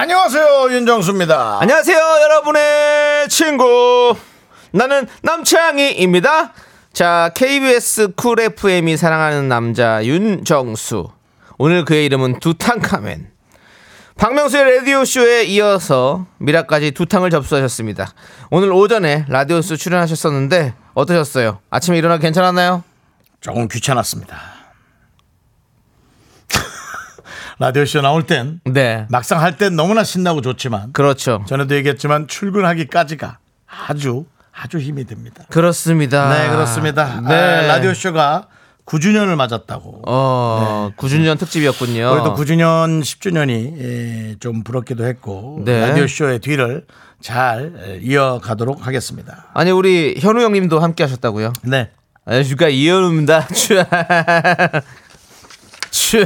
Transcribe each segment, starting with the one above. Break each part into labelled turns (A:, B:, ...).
A: 안녕하세요 윤정수입니다.
B: 안녕하세요, 여러분의 친구. 나는 남창희입니다. 자, KBS 쿨 FM이 사랑하는 남자 윤정수. 오늘 그의 이름은 두탕카멘. 박명수의 라디오쇼에 이어서 미라까지 두탕을 접수하셨습니다. 오늘 오전에 라디오쇼 출연하셨었는데 어떠셨어요? 아침에 일어나 괜찮았나요?
A: 조금 귀찮았습니다. 라디오 쇼 나올 땐
B: 네.
A: 막상 할 땐 너무나 신나고 좋지만
B: 그렇죠.
A: 전에도 얘기했지만 출근하기까지가 아주 아주 힘이 듭니다.
B: 그렇습니다.
A: 네 그렇습니다.
B: 네.
A: 아, 라디오 쇼가 네. 9주년을 맞았다고.
B: 어, 9주년 특집이었군요.
A: 그래도 9주년 10주년이 예, 좀 부럽기도 했고
B: 네.
A: 라디오 쇼의 뒤를 잘 에, 이어가도록 하겠습니다.
B: 아니, 우리 현우 형님도 함께 하셨다고요?
A: 네.
B: 안녕하십니까 이현우입니다. 추. 추.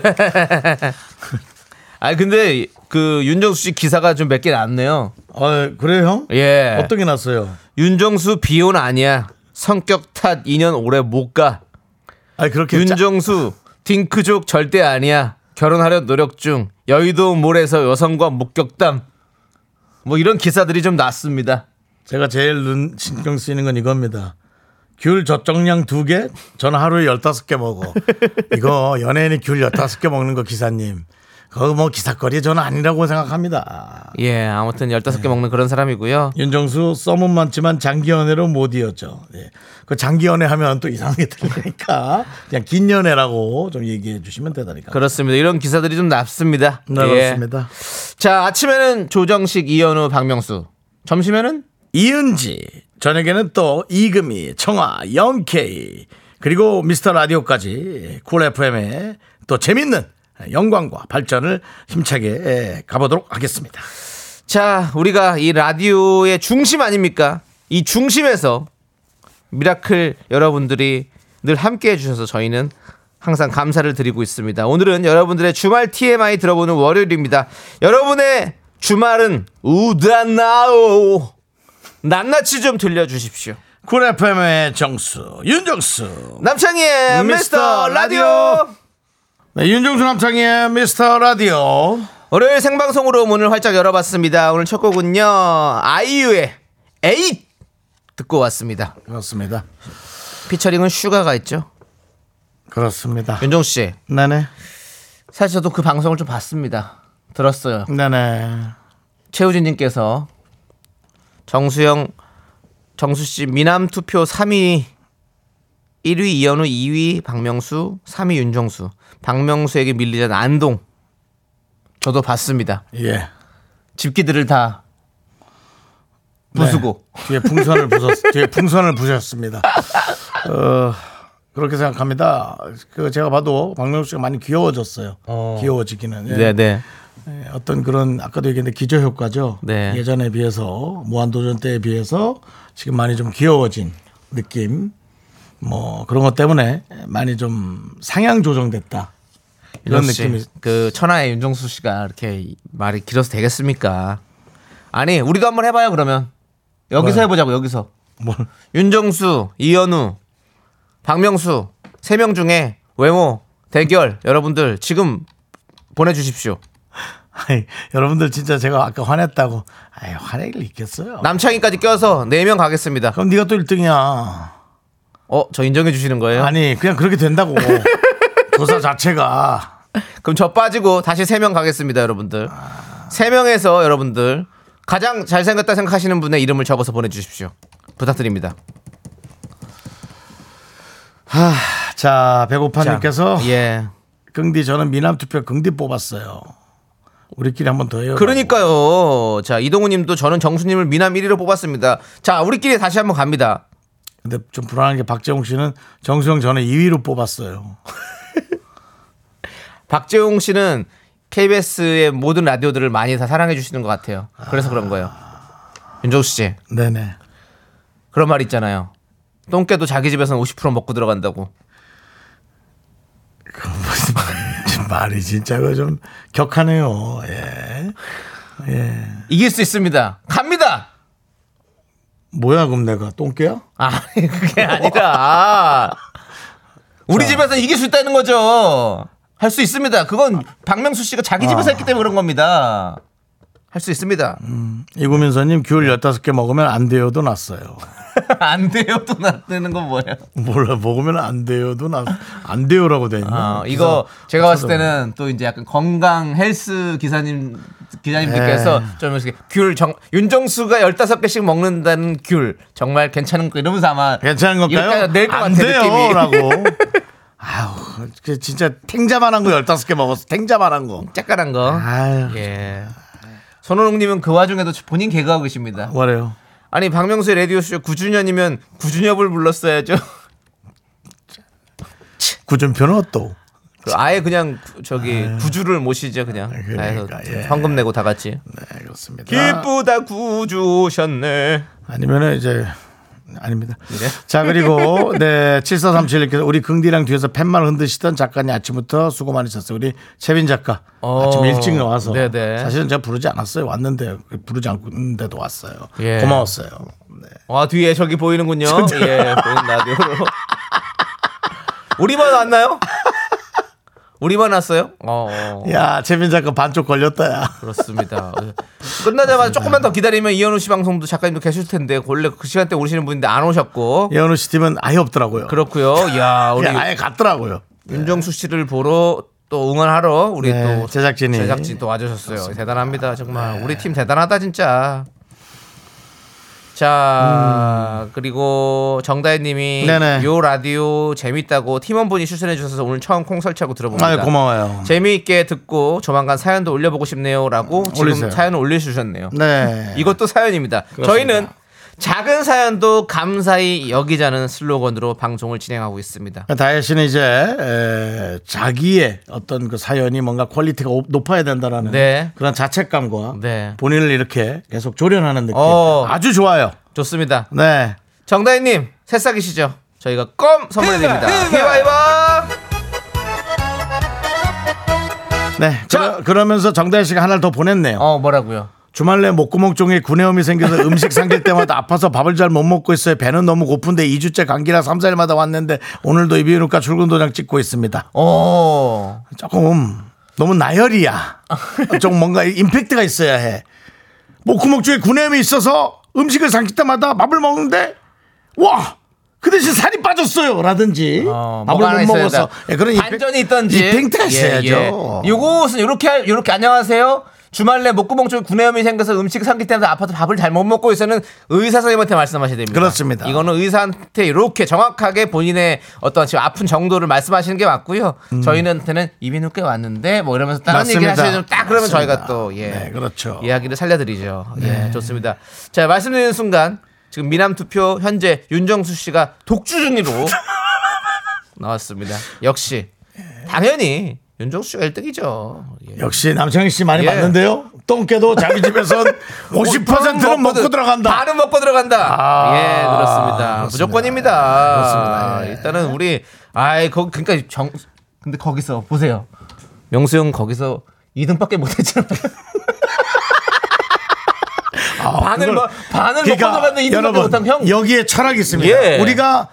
B: 아 근데 그 윤정수 씨 기사가 좀 몇 개 났네요.
A: 어, 그래요 형?
B: 예.
A: 어떤 게 났어요?
B: 윤정수 비혼 아니야. 성격 탓 2년 오래 못 가.
A: 아 그렇게 짜-
B: 윤정수 딩크족 절대 아니야. 결혼하려 노력 중. 여의도 몰에서 여성과 목격담. 뭐 이런 기사들이 좀 났습니다.
A: 제가 제일 눈 신경 쓰이는 건 이겁니다. 귤 젖정량 두 개, 저는 하루에 열다섯 개 먹어. 이거 연예인이 귤 열다섯 개 먹는 거 기사님. 그거 뭐 기사거리 저는 아니라고 생각합니다.
B: 예, 아무튼 15개 먹는 그런 사람이고요.
A: 윤정수 썸은 많지만 장기 연애로 못 이었죠. 예. 그 장기 연애 하면 또 이상하게 들리니까 그냥 긴 연애라고 좀 얘기해 주시면 되다니까.
B: 그렇습니다. 이런 기사들이 좀 났습니다.
A: 네,
B: 예.
A: 그렇습니다.
B: 자 아침에는 조정식 이현우 박명수 점심에는
A: 이은지, 저녁에는 또 이금희, 청아, 영케이, 그리고 미스터 라디오까지 쿨 FM의 또 재밌는 영광과 발전을 힘차게 예, 가보도록 하겠습니다.
B: 자 우리가 이 라디오의 중심 아닙니까 이 중심에서 미라클 여러분들이 늘 함께해 주셔서 저희는 항상 감사를 드리고 있습니다 오늘은 여러분들의 주말 TMI 들어보는 월요일입니다 여러분의 주말은 우다나오 낱낱이 좀 들려주십시오
A: 쿨 FM의 정수, 윤정수.
B: 남창희의 미스터
A: 미스터
B: 라디오
A: 네, 윤정수 남창의 미스터 라디오.
B: 월요일 생방송으로 문을 활짝 열어봤습니다. 오늘 첫 곡은요 아이유의 에잇 듣고 왔습니다.
A: 그렇습니다.
B: 피처링은 슈가가 있죠.
A: 그렇습니다.
B: 윤종 씨,
A: 네네.
B: 사실 저도 그 방송을 좀 봤습니다. 들었어요.
A: 네네.
B: 최우진님께서 정수영, 정수 씨 미남 투표 3위, 1위 이현우, 2위 박명수, 3위 윤정수, 박명수에게 밀리자 안동. 저도 봤습니다.
A: 예.
B: 집기들을 다 부수고.
A: 네. 뒤에 풍선을 부셨 뒤에 풍선을 부셨습니다. 어, 그렇게 생각합니다. 그 제가 봐도 박명수 씨가 많이 귀여워졌어요. 귀여워지기는. 예.
B: 네, 네.
A: 예, 어떤 그런 아까도 얘기했는데 기저 효과죠.
B: 네.
A: 예전에 비해서 무한도전 때에 비해서 지금 많이 좀 귀여워진 느낌. 뭐 그런 것 때문에 많이 좀 상향 조정됐다. 이런
B: 역시
A: 느낌이
B: 그 천하의 윤정수 씨가 이렇게 말이 길어서 되겠습니까? 아니 우리도 한번 해봐요 그러면 여기서
A: 뭐요?
B: 해보자고 여기서
A: 뭘
B: 윤정수, 이현우, 박명수 세 명 중에 외모 대결 여러분들 지금 보내주십시오.
A: 아니, 여러분들 진짜 제가 아까 화냈다고 아유 화내길 있겠어요.
B: 남창희까지 껴서 네 명 가겠습니다.
A: 그럼 네가 또 1등이야.
B: 어 저 인정해 주시는 거예요?
A: 아니 그냥 그렇게 된다고 조사 자체가
B: 그럼 저 빠지고 다시 세 명 가겠습니다 여러분들.
A: 아.
B: 세 명에서 여러분들 가장 잘생겼다 생각하시는 분의 이름을 적어서 보내주십시오. 부탁드립니다.
A: 자 배고파님께서
B: 예.
A: 긍디 저는 미남 투표 긍디 뽑았어요 우리끼리 한 번 더 해요
B: 그러니까요. 자, 이동우 님도 저는 정수님을 미남 1위로 뽑았습니다. 자, 우리끼리 다시 한번 갑니다.
A: 근데 좀 불안한 게 박재홍 씨는 정수영 저는 2위로 뽑았어요
B: 박재홍 씨는 KBS의 모든 라디오들을 많이 다 사랑해 주시는 것 같아요. 그래서 그런 거예요. 윤정수 씨
A: 네네.
B: 그런 말 있잖아요. 똥개도 자기 집에서는 50% 먹고 들어간다고.
A: 그 무슨 말- 말이 진짜 그좀 격하네요. 예.
B: 이길 수 있습니다. 갑니다.
A: 뭐야 그럼 내가 똥개야?
B: 아니 그게 아니라 우리 집에서 이길 수 있다는 거죠. 할 수 있습니다. 그건 박명수 씨가 자기 집에서 했기 때문에 그런 겁니다. 할 수 있습니다.
A: 이구민서님 귤 15개 먹으면 안 돼요도 났어요.
B: 안 돼요 또 나뜨는 건 뭐예요?
A: 몰라 먹으면 안 돼요도 났. 안 돼요라고 돼 있나?
B: 아, 이거 제가 봤을 때는 또 이제 약간 건강 헬스 기사님 기자님들께서 좀 이렇게 귤 정, 윤정수가 15개씩 먹는다는 귤 정말 괜찮은 거 이러면서 아마
A: 괜찮은 걸까요?
B: 이렇게 낼것
A: 안
B: 같아요. 느낌이.
A: 돼요라고. 아우, 그 진짜 탱자만한 거 15개 먹었어. 탱자만한 거.
B: 짝깔한 거.
A: 아유.
B: 예. 손호농님은 그 와중에도 본인 개그하고 계십니다.
A: 뭐래요?
B: 아니 박명수의 라디오 쇼 9주년이면 구준엽을 불렀어야죠.
A: 구준표는 또
B: 그 아예 그냥 구- 저기 구주를 모시죠 그냥.
A: 그러니까,
B: 그래서
A: 예.
B: 현금 내고 다 같이.
A: 네, 그렇습니다.
B: 기쁘다 구주셨네.
A: 아니면은 이제 아닙니다.
B: 네.
A: 자 그리고 네 7437님께서 우리 긍디랑 뒤에서 펜만 흔드시던 작가님 아침부터 수고 많으셨어요. 우리 채빈 작가
B: 어.
A: 아침 일찍 나와서
B: 네네.
A: 사실은 제가 부르지 않았어요. 왔는데 부르지 않는데도 왔어요.
B: 예.
A: 고마웠어요. 네.
B: 와 뒤에 저기 보이는군요. 예, 보이는 라디오로. 우리만 왔나요? 우리만 왔어요? 어, 어.
A: 야 채빈 작가 반쪽 걸렸다야.
B: 그렇습니다. 예. 끝나자마자 조금만 더 기다리면 이현우 씨 방송도 작가님도 계실 텐데 원래 그 시간대 오시는 분인데 안 오셨고
A: 예원우 씨 팀은 아예 없더라고요.
B: 그렇고요. 야 우리
A: 그냥 아예 갔더라고요.
B: 네. 윤정수 씨를 보러 또 응원하러 우리
A: 네,
B: 또
A: 제작진이. 네.
B: 제작진 또 와주셨어요. 대단합니다. 정말 우리 팀 대단하다 진짜. 자 그리고 정다혜님이
A: 음. 네네.
B: 요 라디오 재밌다고 팀원분이 추천해 주셔서 오늘 처음 콩 설치하고 들어봅니다.
A: 아유 고마워요.
B: 재미있게 듣고 조만간 사연도 올려보고 싶네요라고 지금
A: 올리세요.
B: 사연을 올려주셨네요.
A: 네.
B: 이것도 사연입니다. 저희는 작은 사연도 감사히 여기자는 슬로건으로 방송을 진행하고 있습니다.
A: 그러니까 다혜 씨는 이제 에, 자기의 어떤 그 사연이 뭔가 퀄리티가 오- 높아야 된다라는
B: 네.
A: 그런 자책감과
B: 네.
A: 본인을 이렇게 계속 조련하는 느낌
B: 어.
A: 아주 좋아요.
B: 좋습니다.
A: 네.
B: 정다희님 새싹이시죠? 저희가 껌 선물해드립니다. 히바 히바.
A: 네.
B: 자.
A: 그러, 면서 정다혜 씨가 하나를 더 보냈네요.
B: 어 뭐라고요?
A: 주말 내 목구멍 쪽에 구내염이 생겨서 음식 삼킬 때마다 아파서 밥을 잘 못 먹고 있어요. 배는 너무 고픈데 2주째 감기라 3, 4일마다 왔는데 오늘도 이비인후과 출근 도장 찍고 있습니다.
B: 어
A: 조금 너무 나열이야. 좀 뭔가 임팩트가 있어야 해. 뭐 목구멍 쪽에 구내염이 있어서 음식을 삼킬 때마다 밥을 먹는데 와. 그 대신 살이 빠졌어요. 라든지.
B: 어,
A: 밥을
B: 뭐가 하나
A: 못
B: 있어야
A: 먹어서.
B: 된다.
A: 예, 그런
B: 반전이 있던지
A: 임팩트가 있어야죠.
B: 예, 예. 요것은 요렇게 할 요렇게 안녕하세요. 주말 내 목구멍 쪽에 구내염이 생겨서 음식 삼킬 때마다 아파서 밥을 잘 못 먹고 있어는 의사 선생님한테 말씀하셔야 됩니다.
A: 그렇습니다.
B: 이거는 의사한테 이렇게 정확하게 본인의 어떤 지금 아픈 정도를 말씀하시는 게 맞고요. 저희한테는 이비인후과 왔는데 뭐 이러면서 다른
A: 음.
B: 얘기를
A: 맞습니다.
B: 하시면 딱 그러면 저희가
A: 맞습니다.
B: 또 예.
A: 네, 그렇죠. 네.
B: 이야기를 살려드리죠. 예, 좋습니다. 자, 말씀드리는 순간 지금 미남 투표 현재 윤정수 씨가 독주중위로 나왔습니다. 역시 당연히 윤정수 씨가 1등이죠.
A: 역시 남창희 씨 많이
B: 예. 뭐,
A: 봤는데요. 똥개도 자기 집에선 50%는 먹고 들어간다.
B: 반은 먹고 들어간다.
A: 아,
B: 예, 그렇습니다.
A: 그렇습니다.
B: 무조건입니다.
A: 그렇습니다. 예.
B: 일단은 우리 아이 거 그러니까 정 근데 거기서 보세요. 명수 형 거기서 2등밖에 못했잖아요.
A: 아,
B: 반을
A: 그걸- 그러니까
B: 먹- 반을 먹고 들어갔는데 2등밖에
A: 여러분,
B: 못한 형.
A: 여기에 철학이 있습니다.
B: 예.
A: 우리가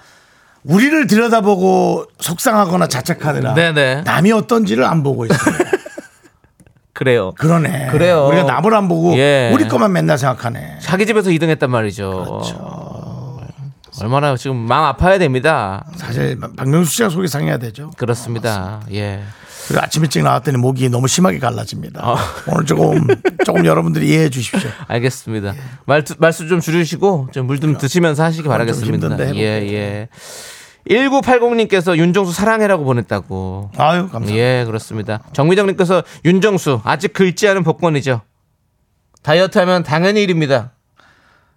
A: 우리를 들여다보고 속상하거나 자책하느라
B: 네네.
A: 남이 어떤지를 안 보고 있어요.
B: 그래요.
A: 그러네.
B: 그래요.
A: 우리가 남을 안 보고
B: 예.
A: 우리 것만 맨날 생각하네.
B: 자기 집에서 2등 했단 말이죠.
A: 그렇죠.
B: 어, 얼마나 지금 마음 아파야 됩니다.
A: 사실 박명수 씨가 속이 상해야 되죠.
B: 그렇습니다. 예.
A: 그리고 아침 일찍 나왔더니 목이 너무 심하게 갈라집니다.
B: 아.
A: 오늘 조금 조금 여러분들이 이해해 주십시오.
B: 알겠습니다.
A: 예.
B: 말, 말씀 좀 줄이시고, 좀 물 좀 드시면서 하시기 바라겠습니다.
A: 아, 힘든데 해볼게요.
B: 예, 예. 1980님께서 윤정수 사랑해라고 보냈다고.
A: 아유 감사합니다.
B: 예, 그렇습니다. 정미정님께서 윤정수, 아직 긁지 않은 복권이죠. 다이어트 하면 당연히 일입니다.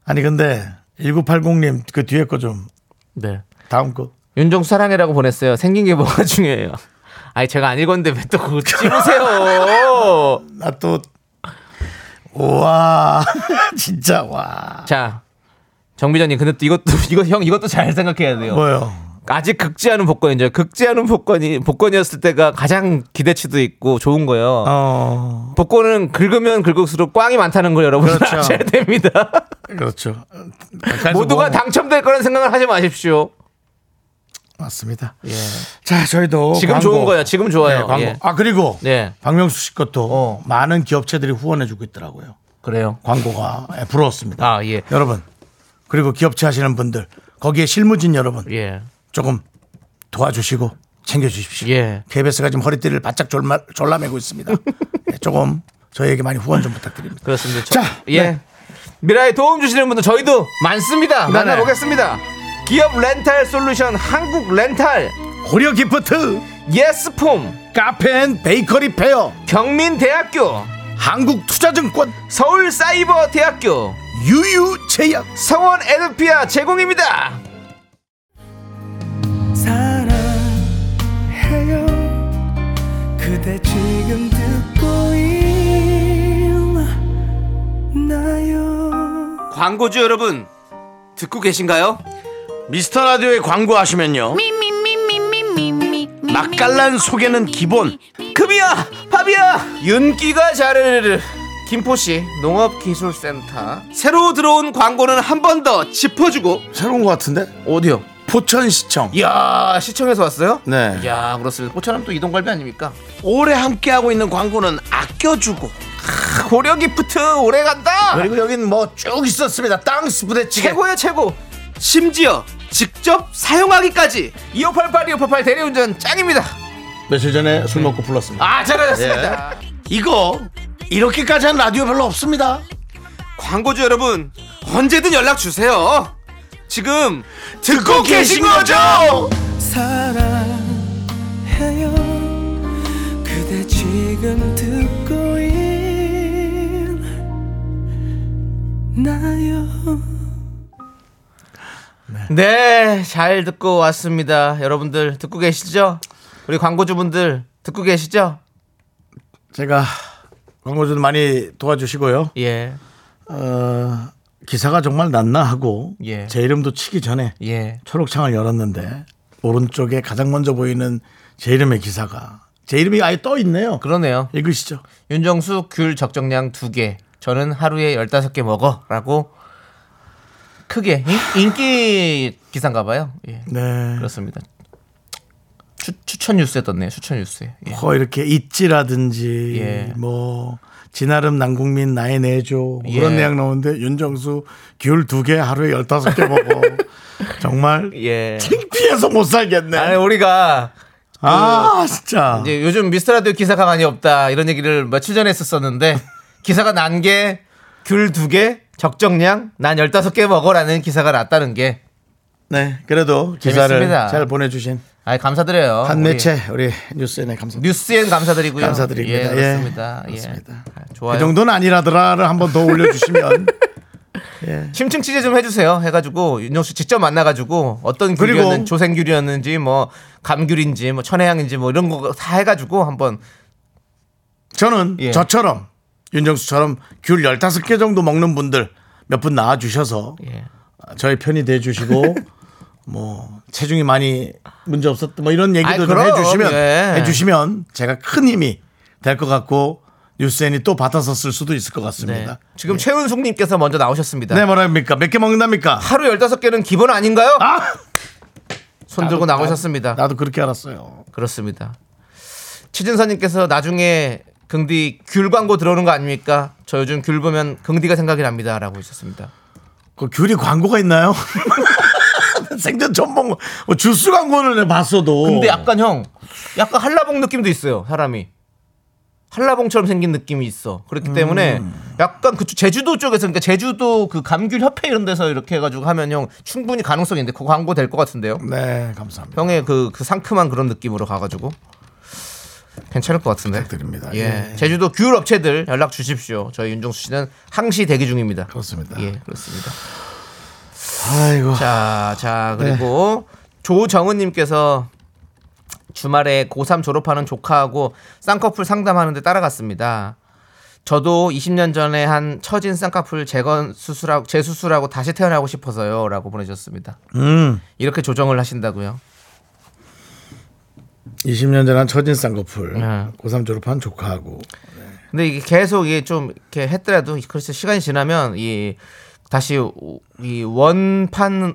A: 아니 근데 1980님 그 뒤에 거 좀
B: 네.
A: 다음 거.
B: 윤정수 사랑해라고 보냈어요. 생긴 게 뭐가 중요해요. 아니 제가 안 읽었는데 왜 또 그거 찝으세요?
A: 나 또 우와 진짜 와
B: 자 정비자님 근데 또 이것도 이거 형 이것도 잘 생각해야 돼요.
A: 뭐요?
B: 아직 극지하는 복권이죠. 극지하는 복권이 복권이었을 때가 가장 기대치도 있고 좋은 거예요.
A: 어
B: 복권은 긁으면 긁을수록 꽝이 많다는 걸 여러분 들
A: 그렇죠.
B: 아셔야 됩니다.
A: 그렇죠. 가까이서 뭐
B: 모두가
A: 보면
B: 당첨될 거란 생각을 하지 마십시오.
A: 맞습니다. 자 저희도
B: 예.
A: 어,
B: 지금
A: 광고.
B: 좋은 거예요. 지금 좋아요.
A: 네, 광고.
B: 예. 어.
A: 아 그리고
B: 예.
A: 박명수 씨 것도 많은 기업체들이 후원해주고 있더라고요.
B: 그래요.
A: 광고가 예, 부러웠습니다.
B: 아 예.
A: 여러분 그리고 기업체 하시는 분들 거기에 실무진 여러분
B: 예.
A: 조금 도와주시고 챙겨주십시오.
B: 예.
A: KBS가 지금 허리띠를 바짝 졸마, 졸라매고 있습니다. 네, 조금 저희에게 많이 후원 좀 부탁드립니다.
B: 그렇습니다. 저-
A: 자, 네.
B: 예. 미라에 도움 주시는 분들 저희도 많습니다.
A: 네네.
B: 만나보겠습니다. 기업 렌탈 솔루션 한국 렌탈
A: 고려 기프트
B: 예스폼
A: 카페앤 베이커리 페어
B: 경민대학교
A: 한국투자증권
B: 서울사이버대학교
A: 유유제약
B: 성원 에드피아 제공입니다.
C: 사랑해요 그대 지금 듣고 있나요
B: 광고주 여러분 듣고 계신가요?
D: 미스터 라디오에 광고하시면요. 맛깔난 소개는 기본.
B: 금이야 밥이야 윤기가 자르르르 김포시 농업기술센터 새로 들어온 광고는 한 번 더 짚어주고
D: 새로운 것 같은데?
B: 어디요?
D: 포천시청.
B: 이야 아, 시청에서 왔어요?
D: 네.
B: 이야 그렇습니다. 포천하면 또 이동갈비 아닙니까?
D: 오래 함께하고 있는 광고는 아껴주고.
B: 크, 고려 기프트 오래 간다.
D: 그리고 여긴 뭐 쭉 있었습니다. 땅스 부대찌개.
B: 최고야 최고. 심지어 직접 사용하기까지 2588 2588 대리운전 짱입니다.
A: 며칠 전에 술 먹고 불렀습니다.
B: 아 잘하셨습니다.
D: 이거 이렇게까지 한 라디오 별로 없습니다.
B: 광고주 여러분 언제든 연락 주세요. 지금
D: 듣고 계신 거죠?
C: 사랑해요 그대 지금 듣고 있나요
B: 네, 잘 듣고 왔습니다. 여러분들 듣고 계시죠? 우리 광고주분들 듣고 계시죠?
A: 제가 광고주도 많이 도와주시고요.
B: 예,
A: 어, 기사가 정말 났나 하고
B: 예.
A: 제 이름도 치기 전에
B: 예.
A: 초록창을 열었는데 오른쪽에 가장 먼저 보이는 제 이름의 기사가 제 이름이 아예 떠 있네요.
B: 그러네요.
A: 읽으시죠.
B: 윤정수 귤 적정량 2개. 저는 하루에 15개 먹어. 라고 크게 인, 기 기사인가 봐요. 예.
A: 네.
B: 그렇습니다. 추, 추천 뉴스에 떴네요. 추천 뉴스에. 예.
A: 뭐 이렇게 있지라든지
B: 예.
A: 뭐 지나름 난국민 나의 내조 뭐 그런
B: 예.
A: 내용 나오는데 윤정수 귤 두 개 하루에 열다섯 개 먹어 정말
B: 예.
A: 창피해서 못 살겠네.
B: 아니,
A: 아,
B: 우리가
A: 진짜
B: 그 이제 요즘 미스터라디오 기사가 많이 없다 이런 얘기를 며칠 전에 했었었는데 기사가 난 게 귤 두 개, 적정량 난 15개 먹어라는 기사가 났다는 게
A: 네 그래도 기사를
B: 재밌습니다.
A: 잘 보내주신
B: 아이 감사드려요.
A: 한
B: 우리
A: 매체 우리 뉴스엔에 감사합니다. 그
B: 뉴스엔 감사드리고요.
A: 감사드립니다.
B: 예,
A: 예,
B: 그렇습니다. 예.
A: 그렇습니다.
B: 아,
A: 그
B: 좋아요.
A: 정도는 아니라더라를 한 번 더 올려주시면
B: 심층 취재 좀 해주세요. 해가지고 윤정 씨 직접 만나가지고 어떤
A: 그리고-
B: 귤이었는지 조생귤이었는지 뭐 감귤인지 뭐 천혜향인지 뭐 이런 거 다 해가지고 한번
A: 저는
B: 예.
A: 저처럼 윤정수처럼 귤 열다섯 개 정도 먹는 분들 몇 분 나와주셔서
B: 예.
A: 저희 편이 돼주시고 뭐 체중이 많이 문제 없었던 뭐 이런 얘기도
B: 아이,
A: 좀
B: 그럼,
A: 해주시면
B: 예.
A: 해주시면 제가 큰 힘이 될 것 같고 뉴스엔이 또 받아서쓸 수도 있을 것
B: 네.
A: 같습니다.
B: 지금 최은숙님께서 먼저 나오셨습니다.
A: 네 뭐랍니까 몇 개 먹는답니까?
B: 하루 15개는 기본 아닌가요? 아,
A: 아
B: 손 들고 나오셨습니다.
A: 나도 그렇게 알았어요.
B: 그렇습니다. 최진선님께서 나중에 긍디 귤 광고 들어오는 거 아닙니까? 저 요즘 귤 보면 긍디가 생각이 납니다라고 하셨습니다.
A: 그 귤이 광고가 있나요? 생전 처음 본거 뭐 주스 광고는 내가 봤어도
B: 근데 아- 약간 형, 약간 한라봉 느낌도 있어요 사람이. 한라봉처럼 생긴 느낌이 있어. 그렇기 때문에
A: 음.
B: 약간 그 제주도 쪽에서 그러니까 제주도 그 감귤 협회 이런 데서 이렇게 해가지고 하면 형 충분히 가능성이 있는데 그거 광고 될 것 같은데요.
A: 네 감사합니다.
B: 형의 그, 그 상큼한 그런 느낌으로 가가지고 괜찮을 것 같은데.
A: 부탁드립니다.
B: 예.
A: 예.
B: 제주도 귤 업체들 연락 주십시오. 저희 윤종수 씨는 항시 대기 중입니다.
A: 그렇습니다.
B: 예, 그렇습니다.
A: 아이고
B: 자, 자 그리고 조정은님께서 주말에 고3 졸업하는 조카하고 쌍꺼풀 상담하는데 따라갔습니다. 저도 20년 전에 한 처진 쌍꺼풀 재건 수술하고 재수술하고 다시 태어나고 싶어서요라고 보내셨습니다.
A: 음,
B: 이렇게 조정을 하신다고요?
A: 20년 전 한 처진 쌍꺼풀
B: 네.
A: 고3 졸업한 조카하고
B: 근데 이게 계속 이게 좀 이렇게 했더라도 글쎄 시간이 지나면 이 다시 오- 이 원판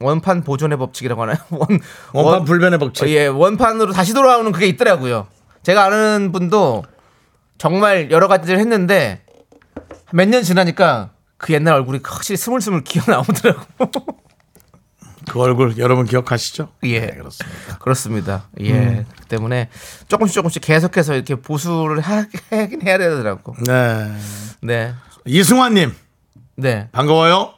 B: 원판 보존의 법칙이라고 하나요? 원
A: 원판
B: 원-
A: 불변의 법칙.
B: 예, 원판으로 다시 돌아오는 그게 있더라고요. 제가 아는 분도 정말 여러 가지를 했는데 몇 년 지나니까 그 옛날 얼굴이 확실히 스물스물 기어 나오더라고.
A: 그 얼굴 여러분 기억하시죠?
B: 예.
A: 네, 그렇습니다. 음.
B: 그렇습니다. 예. 그렇기 때문에 조금씩 조금씩 계속해서 이렇게 보수를 하- 하긴 해야 되더라고.
A: 네.
B: 네.
A: 이승환님
B: 네.
A: 반가워요.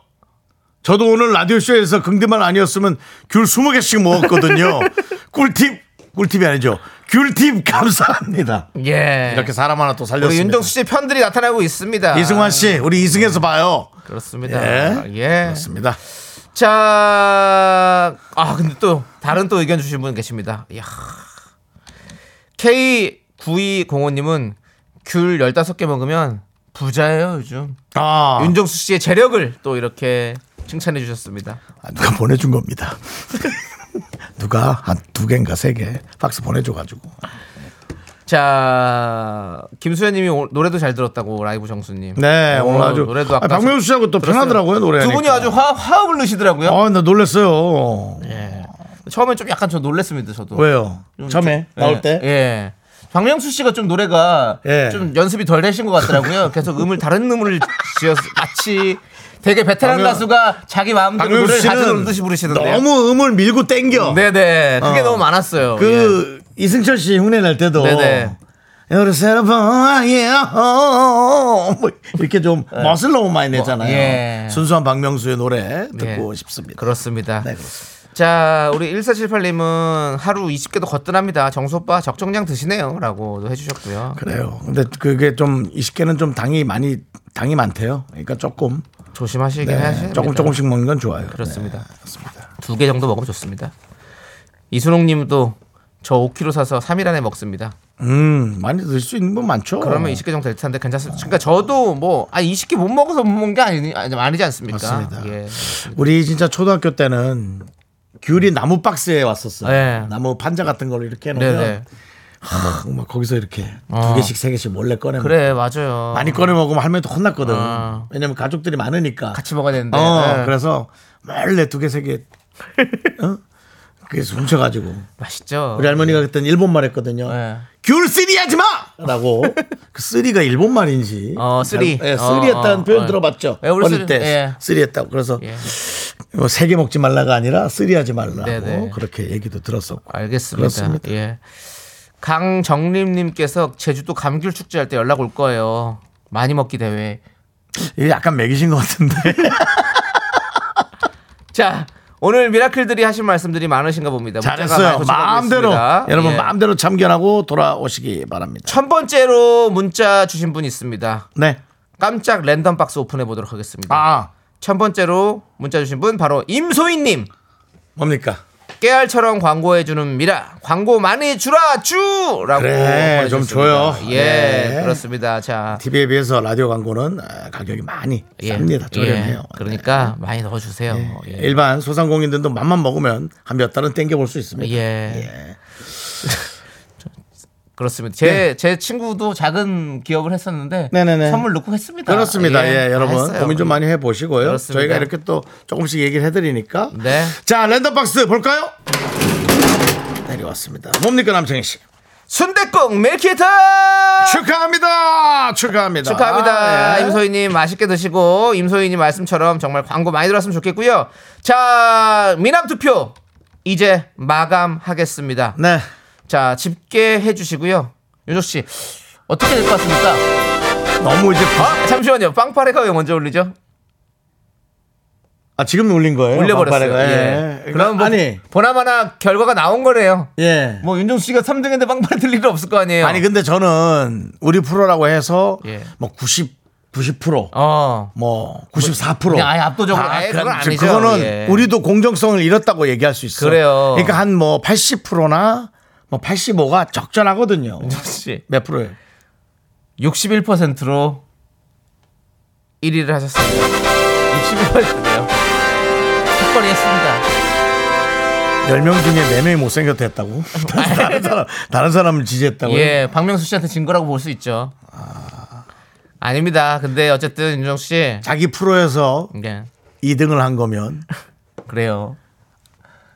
A: 저도 오늘 라디오쇼에서 긍디만 아니었으면 귤 20개씩 먹었거든요. 꿀팁, 꿀팁이 아니죠. 귤팁 감사합니다.
B: 예.
A: 이렇게 사람 하나 또
B: 우리
A: 살렸습니다.
B: 윤정수 씨의 아. 편들이 나타나고 있습니다.
A: 이승환 씨, 우리 이승에서 봐요.
B: 그렇습니다.
A: 예.
B: 예.
A: 그렇습니다.
B: 자, 아 근데 또 다른 또 의견 주신 분 계십니다. 야. K 9205님은 귤 15개 먹으면 부자예요, 요즘.
A: 아,
B: 윤정수 씨의 재력을 또 이렇게 칭찬해 주셨습니다.
A: 아, 누가 보내준 겁니다. 누가 한 두 개인가 세 개 박스 보내줘가지고.
B: 자, 김수현 님이 오- 노래도 잘 들었다고 라이브 정수 님.
A: 네, 오늘 아주
B: 노래도
A: 아,
B: 아까
A: 박명수 씨하고 또
B: 들었어요.
A: 편하더라고요 노래.
B: 두 분이 아주 화, 화합을 넣으시더라고요.
A: 아, 나 놀랐어요.
B: 예. 처음엔 좀 약간 저 놀랬습니다, 저도.
A: 왜요? 네.
B: 좀
A: 처음에
B: 좀-
A: 나올
B: 예,
A: 때.
B: 예. 박명수 씨가 좀 노래가
A: 예.
B: 좀 연습이 덜 되신 것 같더라고요. 계속 음을 다른 음을 지어서 마치 되게 베테랑
A: 박명-
B: 가수가 자기 마음대로
A: 박명수
B: 노래를
A: 씨는
B: 가지고 듯이 부르시는데요.
A: 너무 음을 밀고 땡겨.
B: 네네. 그게
A: 어.
B: 너무 많았어요. 예.
A: 그 이승철 씨 흉내 낼 때도 어,
B: 네네.
A: 여러 어, 세라방뭐 이렇게 좀 멋을 너무 많이 내잖아요.
B: 네. 예.
A: 순수한 박명수의 노래 듣고
B: 예. 예.
A: 싶습니다.
B: 그렇습니다.
A: 네, 그렇습니다.
B: 자, 우리 1478님은 하루 20개도 거뜬합니다. 정수 오빠 적정량 드시네요. 라고도 해주셨고요.
A: 그래요. 근데 그게 좀 20개는 좀 당이 많이 당이 많대요. 그러니까 조금
B: 조심하시긴
A: 네,
B: 하셔야
A: 조금
B: 됩니다.
A: 조금씩 먹는 건 좋아요.
B: 그렇죠. 그렇습니다.
A: 네, 그렇습니다.
B: 두 개 정도 먹으면 좋습니다. 이순옥 님도 저 5kg 사서 3일 안에 먹습니다.
A: 음 많이 드실 수 있는 분 많죠.
B: 그러면 20개 정도 될 텐데 괜찮습니다. 그러니까 저도 뭐 아, 20개 못 먹어서 못 먹은 게 아니, 아니- 아니지 않습니까?
A: 맞습니다.
B: 예.
A: 우리 진짜 초등학교 때는 귤이 나무 박스에 왔었어요.
B: 음. 네.
A: 나무 판자 같은 걸로 이렇게 해놓으면
B: 네네.
A: 크, 막 거기서 이렇게
B: 어.
A: 두 개씩 세 개씩 몰래 꺼내 먹
B: 그래, 맞아요.
A: 많이 꺼내 먹으면 할머니도 혼났거든.
B: 어.
A: 왜냐면 가족들이 많으니까.
B: 같이 먹어야 되는데.
A: 어,
B: 예.
A: 그래서 몰래 두 개 세 개. 어? 그래서 훔쳐가지고
B: 맛있죠.
A: 우리 할머니가 그때 일본 말했거든요.
B: 예.
A: 귤 쓰리 하지 마! 라고. 그 쓰리가 일본 말인지.
B: 어, 쓰리.
A: 예, 쓰리했다는
B: 어, 어,
A: 표현
B: 어.
A: 들어봤죠.
B: 예, 우리
A: 어릴
B: 쓰리-
A: 때
B: 예.
A: 쓰리했다고. 그래서 뭐
B: 예.
A: 세 개 먹지 말라가 아니라 쓰리 하지 말라고
B: 네네.
A: 그렇게 얘기도 들었었고.
B: 알겠습니다.
A: 그렇습니다.
B: 예. 강정림님께서 제주도 감귤 축제할 때 연락 올 거예요. 많이 먹기 대회. 예,
A: 이게 약간 매기신 것 같은데.
B: 자, 오늘 미라클들이 하신 말씀들이 많으신가 봅니다. 문자가 많이
A: 잘했어요.
B: 도착하고
A: 마음대로
B: 있습니다.
A: 여러분
B: 예.
A: 마음대로 참견하고 돌아오시기 바랍니다.
B: 첫 번째로 문자 주신 분이 있습니다.
A: 네.
B: 깜짝 랜덤 박스 오픈해 보도록 하겠습니다.
A: 아
B: 첫 번째로 문자 주신 분 바로 임소희님.
A: 뭡니까?
B: 깨알처럼 광고해 주는 미라 광고 많이 주라 주라고
A: 그래,
B: 보내주셨습니다.
A: 좀 줘요.
B: 예
A: 네.
B: 그렇습니다 자
A: TV에 비해서 라디오 광고는 아, 가격이 많이 쌉니다. 저렴해요.
B: 예. 그러니까 많이 넣어주세요.
A: 네.
B: 예.
A: 일반 소상공인들도 맘만 먹으면 한 몇 달은 땡겨볼 수 있습니다.
B: 예. 저- 그렇습니다. 제 제 친구도 작은 기업을 했었는데
A: 네. 네네네.
B: 선물 넣고 했습니다.
A: 그렇습니다. 예,
B: 다
A: 여러분
B: 했어요.
A: 고민 좀 많이 해보시고요.
B: 그렇습니다.
A: 저희가 이렇게 또 조금씩 얘기를 해드리니까.
B: 네.
A: 자 랜덤박스 볼까요? 내려왔습니다. 뭡니까 남창희 씨?
B: 순대국 밀키트
A: 축하합니다. 축하합니다.
B: 축하합니다.
A: 아, 예.
B: 임소희님 맛있게 드시고 임소희님 말씀처럼 정말 광고 많이 들었으면 좋겠고요. 자 미남 투표 이제 마감하겠습니다.
A: 네.
B: 자 집계해 주시고요. 윤조 씨 어떻게 될 것 같습니까?
A: 너무 이제 바-
B: 아, 잠시만요. 빵파레가 왜 먼저 올리죠?
A: 아 지금 올린 거예요.
B: 올려버렸어요.
A: 빵빠레가.
B: 예.
A: 예.
B: 그럼 뭐
A: 아니
B: 보나마나 결과가 나온 거네요.
A: 예.
B: 뭐 윤종수 씨가 3등인데 빵빠레 들 일은 없을 거 아니에요. 그-
A: 아니 근데 저는 우리 프로라고 해서
B: 뭐. 예.
A: 뭐 90, 90%.
B: 어.
A: 뭐 94%.
B: 그냥 아예 압도적으로 아예
A: 그건
B: 그건 아니죠.
A: 그거는
B: 예.
A: 우리도 공정성을 잃었다고 얘기할 수 있어요.
B: 그래요.
A: 그러니까 한 뭐 80%나 뭐 85가 적절하거든요.
B: 씨
A: 몇 프로예요?
B: 61%로 1위를 하셨습니다. 61%네요. 특권이 했습니다.
A: 10명 중에 4명이 못생겼다 했다고? 다른 사람, 다른 사람을 지지했다고요?
B: 예, 박명수 씨한테 진 거라고 볼 수 있죠. 아닙니다. 근데 어쨌든 윤정수 씨,
A: 자기 프로에서
B: 네,
A: 2등을 한 거면
B: 그래요.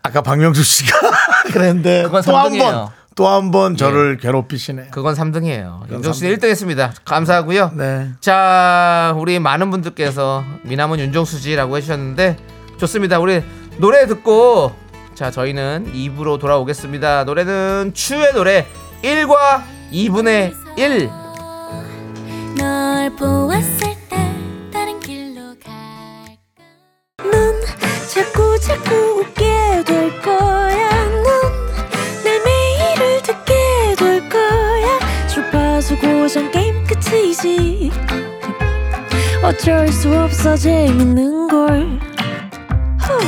A: 아까 박명수 씨가 그랬는데
B: 그건
A: 또 한
B: 삼등이에요. 예.
A: 번 또 한 번 저를 괴롭히시네.
B: 그건 3등이에요. 윤정수 씨 1등 했습니다. 감사하고요.
A: 네.
B: 자, 우리 많은 분들께서 미남은 윤정수지라고 해주셨는데 좋습니다. 우리 노래 듣고 자 저희는 2부로 돌아오겠습니다. 노래는 추의 노래 1과 2분의 1.
E: 널 보았을 때 다른 길로 갈까 넌 자꾸 자꾸 웃게 될 거야 넌내 매일을 듣게 될 거야 주파수 고정 게임 끝이지 어쩔 수 없어 재밌는 걸 후.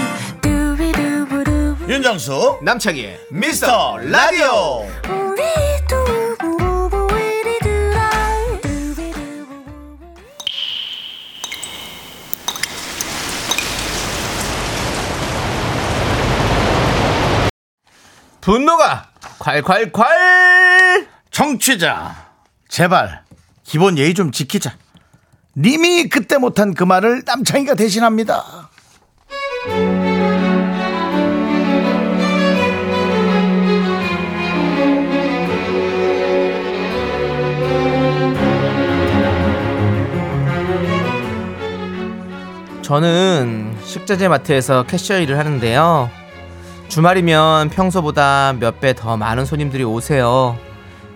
E: 두비두부두.
D: 윤정수
B: 남창희의
D: 미스터 라디오
E: 우리 두부부부 우리 두라. 두비두부부부.
B: 분노가 콸콸콸
A: 정취자 제발 기본 예의 좀 지키자. 님이 그때 못한 그 말을 남창이가 대신합니다.
B: 저는 식자재 마트에서 캐셔 일을 하는데요. 주말이면 평소보다 몇 배 더 많은 손님들이 오세요.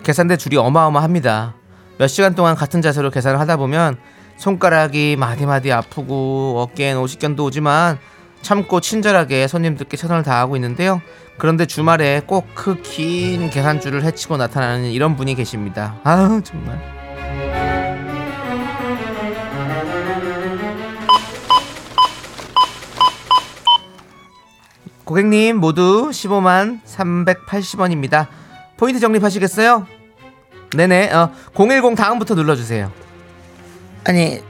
B: 계산대 줄이 어마어마합니다. 몇 시간 동안 같은 자세로 계산을 하다 보면 손가락이 마디마디 아프고 어깨엔 오십견도 오지만 참고 친절하게 손님들께 최선을 다하고 있는데요. 그런데 주말에 꼭 그 긴 계산줄을 헤치고 나타나는 이런 분이 계십니다. 아 정말. 고객님 모두 15만 380원입니다. 포인트 적립하시겠어요? 네네. 어, 010 다음부터 눌러주세요.
A: 아니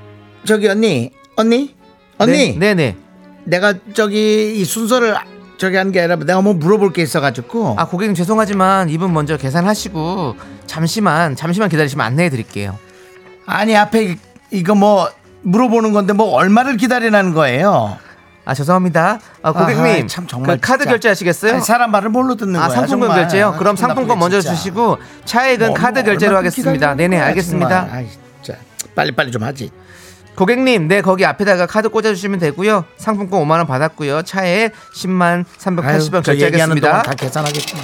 A: 저기 언니 언니
B: 네, 네네.
A: 내가 저기 이 순서를 저기 한 게 아니라 내가 뭐 물어볼 게 있어가지고
B: 아 고객님 죄송하지만 이분 먼저 계산하시고 잠시만 잠시만 기다리시면 안내해드릴게요.
A: 아니 앞에 이- 이거 뭐 물어보는 건데 뭐 얼마를 기다리라는 거예요?
B: 아 죄송합니다. 아, 고객님
A: 아하, 참 정말
B: 그 카드
A: 진짜.
B: 결제하시겠어요?
A: 아니, 사람 말을 뭘로 듣는
B: 아
A: 거야?
B: 상품권
A: 정말.
B: 결제요?
A: 아,
B: 그럼
A: 기분 나쁘게
B: 상품권 먼저
A: 진짜.
B: 주시고 차액은
A: 뭐,
B: 카드
A: 뭐
B: 결제로
A: 얼마나
B: 하겠습니다.
A: 기다리는
B: 네네
A: 거야,
B: 알겠습니다.
A: 정말. 아이, 진짜 빨리 빨리 좀 하지.
B: 고객님, 네 거기 앞에다가 카드 꽂아주시면 되고요. 상품권 5만 원 받았고요. 차에 10만 380원
A: 저 얘기하는 동안
B: 결제하겠습니다.
A: 다 계산하겠지.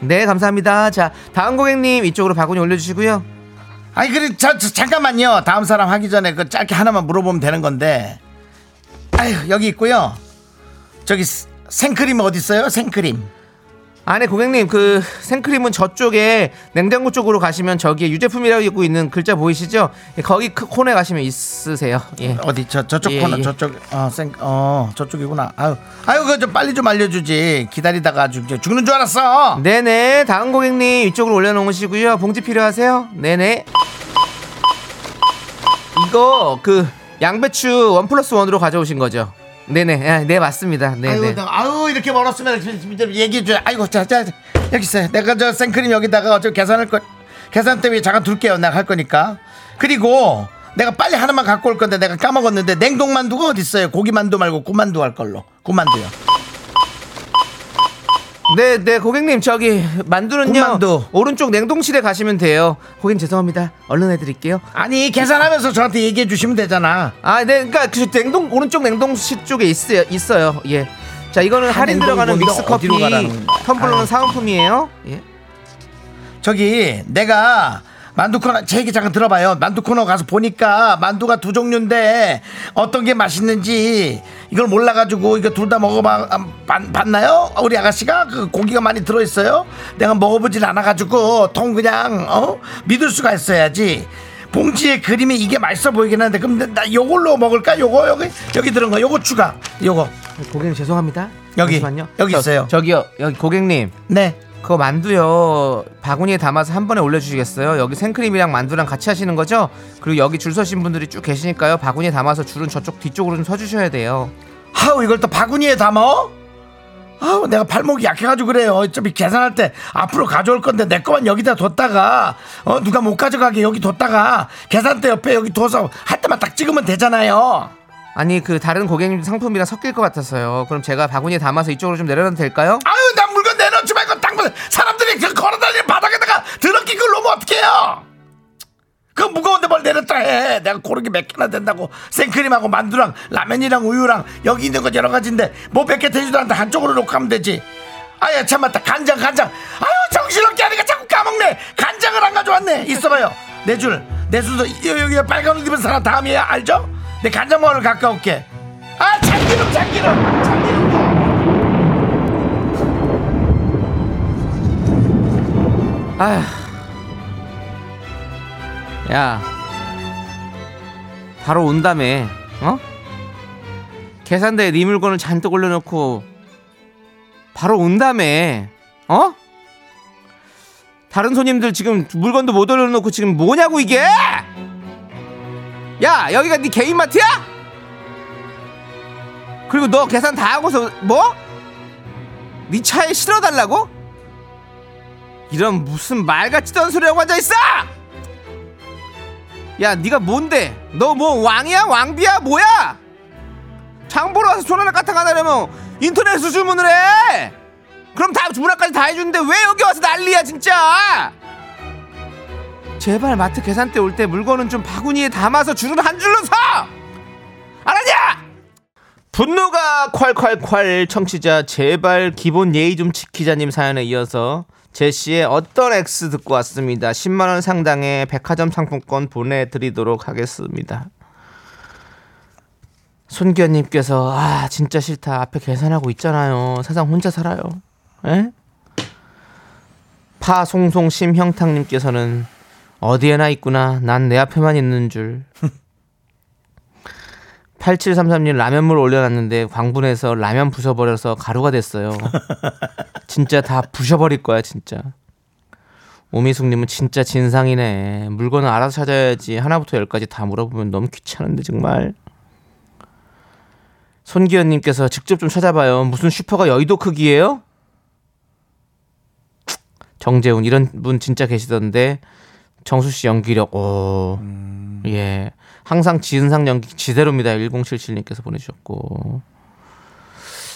B: 네, 감사합니다. 자, 다음 고객님 이쪽으로 바구니 올려주시고요.
A: 아니 그래 자, 자, 잠깐만요. 다음 사람 하기 전에 그 짧게 하나만 물어보면 되는 건데. 아유 여기 있고요. 저기 스- 생크림 어디 있어요? 생크림.
B: 안에 고객님 그 생크림은 저쪽에 냉장고 쪽으로 가시면 저기에 유제품이라고 있고 있는 글자 보이시죠? 예, 거기 그 코너에 가시면 있으세요. 예.
A: 어디 저 저쪽
B: 예,
A: 코너
B: 예.
A: 저쪽 어생어 저쪽이구나. 아유 아유 그거 좀 빨리 좀 알려주지. 기다리다가 아주 이제 죽는 줄 알았어.
B: 아. 네네, 다음 고객님 이쪽으로 올려놓으시고요. 봉지 필요하세요? 네네. 이거 그 양배추 원 플러스 원으로 가져오신 거죠? 네네, 아, 네 맞습니다.
A: 아유,
B: 네네.
A: 나- 아유 이렇게 멀었으면 지금 좀 얘기해 줘. 아이고 자자 여기 있어요. 내가 저 생크림 여기다가 어차피 계산할 거 계산 때문에 잠깐 둘게요. 내가 할 거니까. 그리고 내가 빨리 하나만 갖고 올 건데 내가 까먹었는데 냉동만두가 어디 있어요? 고기만두 말고 고만두 할 걸로. 고만두요.
B: 네, 네, 고객님 저기 만두는요.
A: 군만두.
B: 오른쪽 냉동실에 가시면 돼요. 고객님 죄송합니다. 얼른 해드릴게요.
A: 아니 계산하면서 저한테 얘기해 주시면 되잖아.
B: 아, 네, 그러니까 그 냉동 오른쪽 냉동실 쪽에 있어요. 있어요. 예. 자, 이거는 할인
A: 냉동
B: 들어가는
A: 뭔데
B: 믹스 커피.
A: 어디로 가라는 거야?
B: 텀블러는
A: 아유.
B: 사은품이에요. 예.
A: 저기 내가 만두 코너 제 얘기 잠깐 들어봐요. 만두 코너 가서 보니까 만두가 두 종류인데 어떤 게 맛있는지 이걸 몰라가지고 이거 둘 다 먹어봐 아, 봤- 봤나요? 우리 아가씨가 그 고기가 많이 들어있어요. 내가 먹어보질 않아가지고 통 그냥 어 믿을 수가 있어야지. 봉지에 그림이 이게 맛있어 보이긴 한데 그럼 나 요걸로 먹을까? 요거 여기 여기 들은 거 요거 추가 요거
B: 고객님 죄송합니다.
A: 여기,
B: 잠시만요.
A: 여기
B: 저-
A: 있어요.
B: 저기요. 여기 고객님.
A: 네.
B: 그거 만두요. 바구니에 담아서 한 번에 올려주시겠어요? 여기 생크림이랑 만두랑 같이 하시는 거죠? 그리고 여기 줄 서신 분들이 쭉 계시니까요. 바구니에 담아서 줄은 저쪽 뒤쪽으로 좀 서주셔야 돼요.
A: 하우 이걸 또 바구니에 담아? 아우 내가 발목이 약해가지고 그래요. 어차피 계산할 때 앞으로 가져올 건데 내 것만 여기다 뒀다가 어 누가 못 가져가게 여기 뒀다가 계산대 옆에 여기 둬서 할 때만 딱 찍으면 되잖아요.
B: 아니 그 다른 고객님 상품이랑 섞일 것 같아서요. 그럼 제가 바구니에 담아서 이쪽으로 좀 내려놔도 될까요?
A: 아유 난 물건 내놓지 말고 땅 봐. 사람들이 그 걸어다니는 바닥에다가 드럽게 그걸 놓으면 어떡해요 그 무거운데 뭘 내렸다 해 내가 고르기 몇 개나 된다고 생크림하고 만두랑 라면이랑 우유랑 여기 있는 것 여러 가지인데 뭐 몇 개 되지도 않는데 한쪽으로 놓고 가면 되지 아야 참 맞다 간장 간장 아유 정신없게 하니까 자꾸 까먹네 간장을 안 가져왔네 있어봐요 내줄내 순서 여기 여기 빨간 옷 입은 사람 다음이야 알죠? 내 간장 마을을 가까울게 아 참기름 참기름 참기름
B: 아휴. 야. 바로 온다며. 어? 계산대에 네 물건을 잔뜩 올려놓고 바로 온다며. 어? 다른 손님들 지금 물건도 못 올려놓고 지금 뭐냐고 이게? 야 여기가 네 개인 마트야? 그리고 너 계산 다 하고서 뭐? 네 차에 실어달라고? 이런 무슨 말 같지도 않은 소리하고 앉아 있어! 야, 네가 뭔데? 너 뭐 왕이야? 왕비야? 뭐야? 장 보러 와서 손 하나 까딱 하려면 인터넷으로 주문을 해. 그럼 다 주문까지 다 해주는데 왜 여기 와서 난리야 진짜? 제발 마트 계산대 올 때 물건은 좀 바구니에 담아서 줄은 한 줄로 서. 알았냐? 분노가 콸콸콸 청취자 제발 기본 예의 좀 지키자님 사연에 이어서 제시의 어떤 X 듣고 왔습니다. 10만 원 상당의 백화점 상품권 보내드리도록 하겠습니다. 손기현님께서 아 진짜 싫다 앞에 계산하고 있잖아요 세상 혼자 살아요. 에? 파송송 심형탕님께서는 어디에나 있구나 난 내 앞에만 있는 줄 8733님 라면물 올려놨는데 광분해서 라면 부숴버려서 가루가 됐어요. 진짜 다 부셔버릴 거야 진짜. 오미숙님은 진짜 진상이네. 물건을 알아서 찾아야지 하나부터 열까지 다 물어보면 너무 귀찮은데 정말. 손기현님께서 직접 좀 찾아봐요. 무슨 슈퍼가 여의도 크기예요? 정재훈 이런 분 진짜 계시던데 정수 씨 연기력 오. 예. 항상 지은상 연기 지대로입니다. 1077님께서 보내주셨고.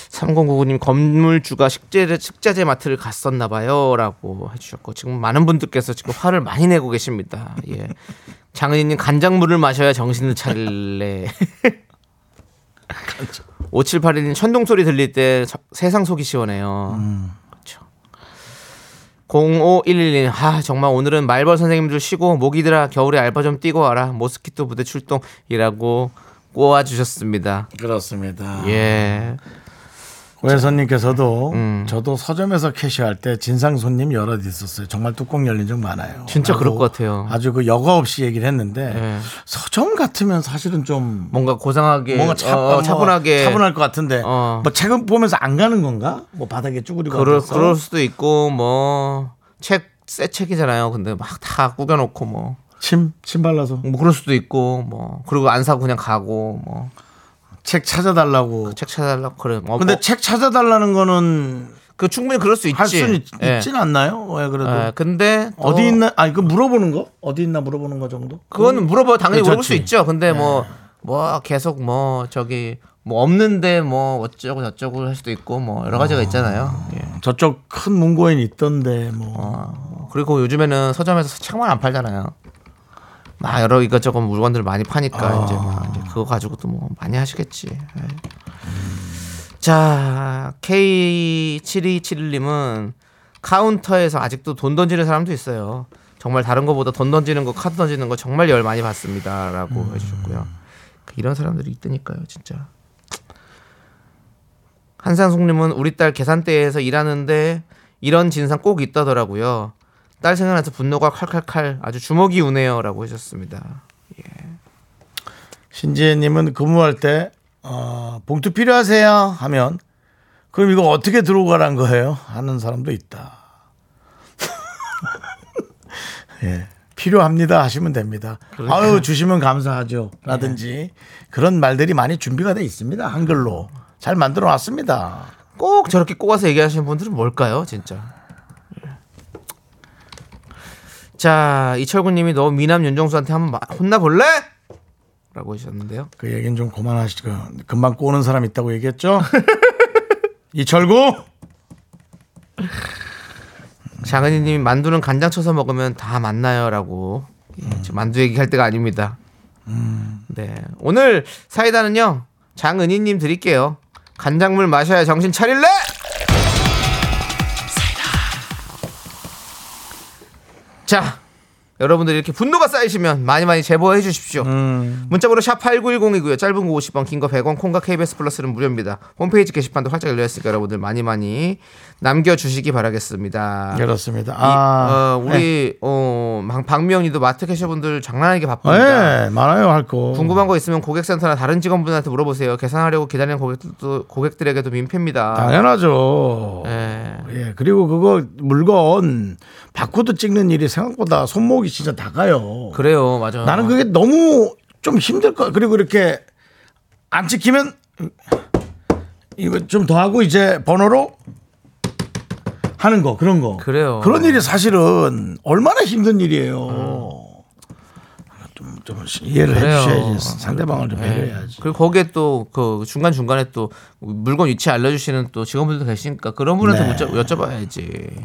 B: 3099님 건물주가 식재를, 식자재 마트를 갔었나 봐요 라고 해주셨고 지금 많은 분들께서 지금 화를 많이 내고 계십니다 예. 장은희님 간장물을 마셔야 정신을 차릴래 5782님 천둥소리 들릴 때 저- 세상 속이 시원해요 그렇죠 05111. 아, 정말 오늘은 말벌 선생님들 쉬고 모기들아 겨울에 알바 좀 뛰고 와라. 모스키토 부대 출동이라고 꼬아 주셨습니다.
A: 그렇습니다
B: 예.
A: 고혜선님께서도
B: 음.
A: 저도 서점에서 캐시할 때 진상 손님 여럿 있었어요. 정말 뚜껑 열린 적 많아요.
B: 진짜
A: 라고
B: 그럴 것 같아요.
A: 아주 그 여과 없이 얘기를 했는데
B: 예.
A: 서점 같으면 사실은 좀
B: 뭔가 고상하게
A: 뭔가 차,
B: 어, 어, 차분하게
A: 차분할 것 같은데
B: 어.
A: 뭐 책은 보면서 안 가는 건가? 뭐 바닥에 쭈그리고
B: 그럴
A: 앉아서?
B: 그럴 수도 있고 뭐 책새 책이잖아요. 근데 막 다 꾸겨 놓고 뭐.
A: 침, 침 발라서
B: 뭐 그럴 수도 있고 뭐 그리고 안 사고 그냥 가고 뭐 책
A: 책 찾아달라고.
B: 찾아달라고 그래. 뭐,
A: 근데
B: 뭐,
A: 책 찾아달라는 거는
B: 그 충분히 그럴 수 있지.
A: 할 수는 있,
B: 예.
A: 진 않나요? 왜 그래도
B: 예, 근데 또-
A: 어디 있나? 아니 그 물어보는 거 어디 있나 물어보는 거 정도?
B: 그건 물어봐 당연히
A: 음. 그렇지. 네.
B: 물어볼 수 있죠. 근데 뭐 뭐 계속 뭐 저기 뭐 없는데 뭐 어쩌고 저쩌고 할 수도 있고 뭐 여러 가지가 있잖아요. 예.
A: 저쪽 큰 문고인 있던데 뭐
B: 어, 그리고 요즘에는 서점에서 책만 안 팔잖아요. 막 여러 이것저것 물건들 많이 파니까 이제 막 이제 그거 가지고도 뭐 많이 하시겠지. 예. 자 K7271님은 카운터에서 아직도 돈 던지는 사람도 있어요. 정말 다른 거보다 돈 던지는 거, 카드 던지는 거 정말 열 많이 받습니다라고 해주셨고요. 그 이런 사람들이 있다니까요, 진짜. 한상숙님은 우리 딸 계산대에서 일하는데 이런 진상 꼭 있다더라고요. 딸 생각나서 분노가 칼칼칼 아주 주먹이 우네요라고 해주셨습니다.
A: 신지혜님은 근무할 때 어, 봉투 필요하세요 하면 그럼 이거 어떻게 들어가란 거예요? 하는 사람도 있다. 예. 필요합니다 하시면 됩니다.
B: 그러니까.
A: 아유 주시면 감사하죠. 라든지
B: 네.
A: 그런 말들이 많이 준비가 돼 있습니다. 한글로 잘 만들어 놨습니다.
B: 꼭 저렇게 꼬아서 얘기하시는 분들은 뭘까요, 진짜? 자, 이철구님이 너 미남 윤정수한테 한번 마- 혼나볼래? 라고 하셨는데요.
A: 그 얘기는 좀 그만하시고 금방 꼬는 사람 있다고 얘기했죠? 이철구
B: 장은희님이 만두는 간장 쳐서 먹으면 다 맞나요?라고 예, 만두 얘기할 때가 아닙니다. 네, 오늘 사이다는요 장은희님 드릴게요. 간장물 마셔야 정신 차릴래? 자, 여러분들 이렇게 분노가 쌓이시면 많이 많이 제보해 주십시오. 문자번호 샵 8910이고요. 짧은 거 50원, 긴 거 100원, 콩과 KBS 플러스는 무료입니다. 홈페이지 게시판도 활짝 열려 있으니까 여러분들 많이 많이 남겨 주시기 바라겠습니다.
A: 그렇습니다.
B: 이-
A: 아
B: 어, 우리 어, 방- 박미영님도 마트 캐셔분들 장난하게
A: 예,
B: 바쁩니다.
A: 예, 많아요 할 거.
B: 궁금한 거 있으면 고객센터나 다른 직원분한테 물어보세요. 계산하려고 기다리는 고객들도 고객들에게도
A: 아,
B: 민폐입니다.
A: 당연하죠.
B: 예.
A: 예, 그리고 그거 물건 바코드 찍는 일이 생각보다 손목이 진짜 다 가요.
B: 그래요, 맞아요.
A: 나는 그게 너무 좀 힘들 거. 그리고 이렇게 안 찍히면 이거 좀 더 하고 이제 번호로 하는 거 그런 거.
B: 그래요.
A: 그런 일이 사실은 얼마나 힘든 일이에요. 아, 좀, 좀 이해를
B: 음. 그래요. 네.
A: 해주셔야지 상대방을 좀 배려해야지.
B: 그리고 거기에 또 그 중간 중간에 또 물건 위치 알려주시는 또 직원분들도 계시니까 그런 분한테
A: 네.
B: 문자- 여쭤봐야지.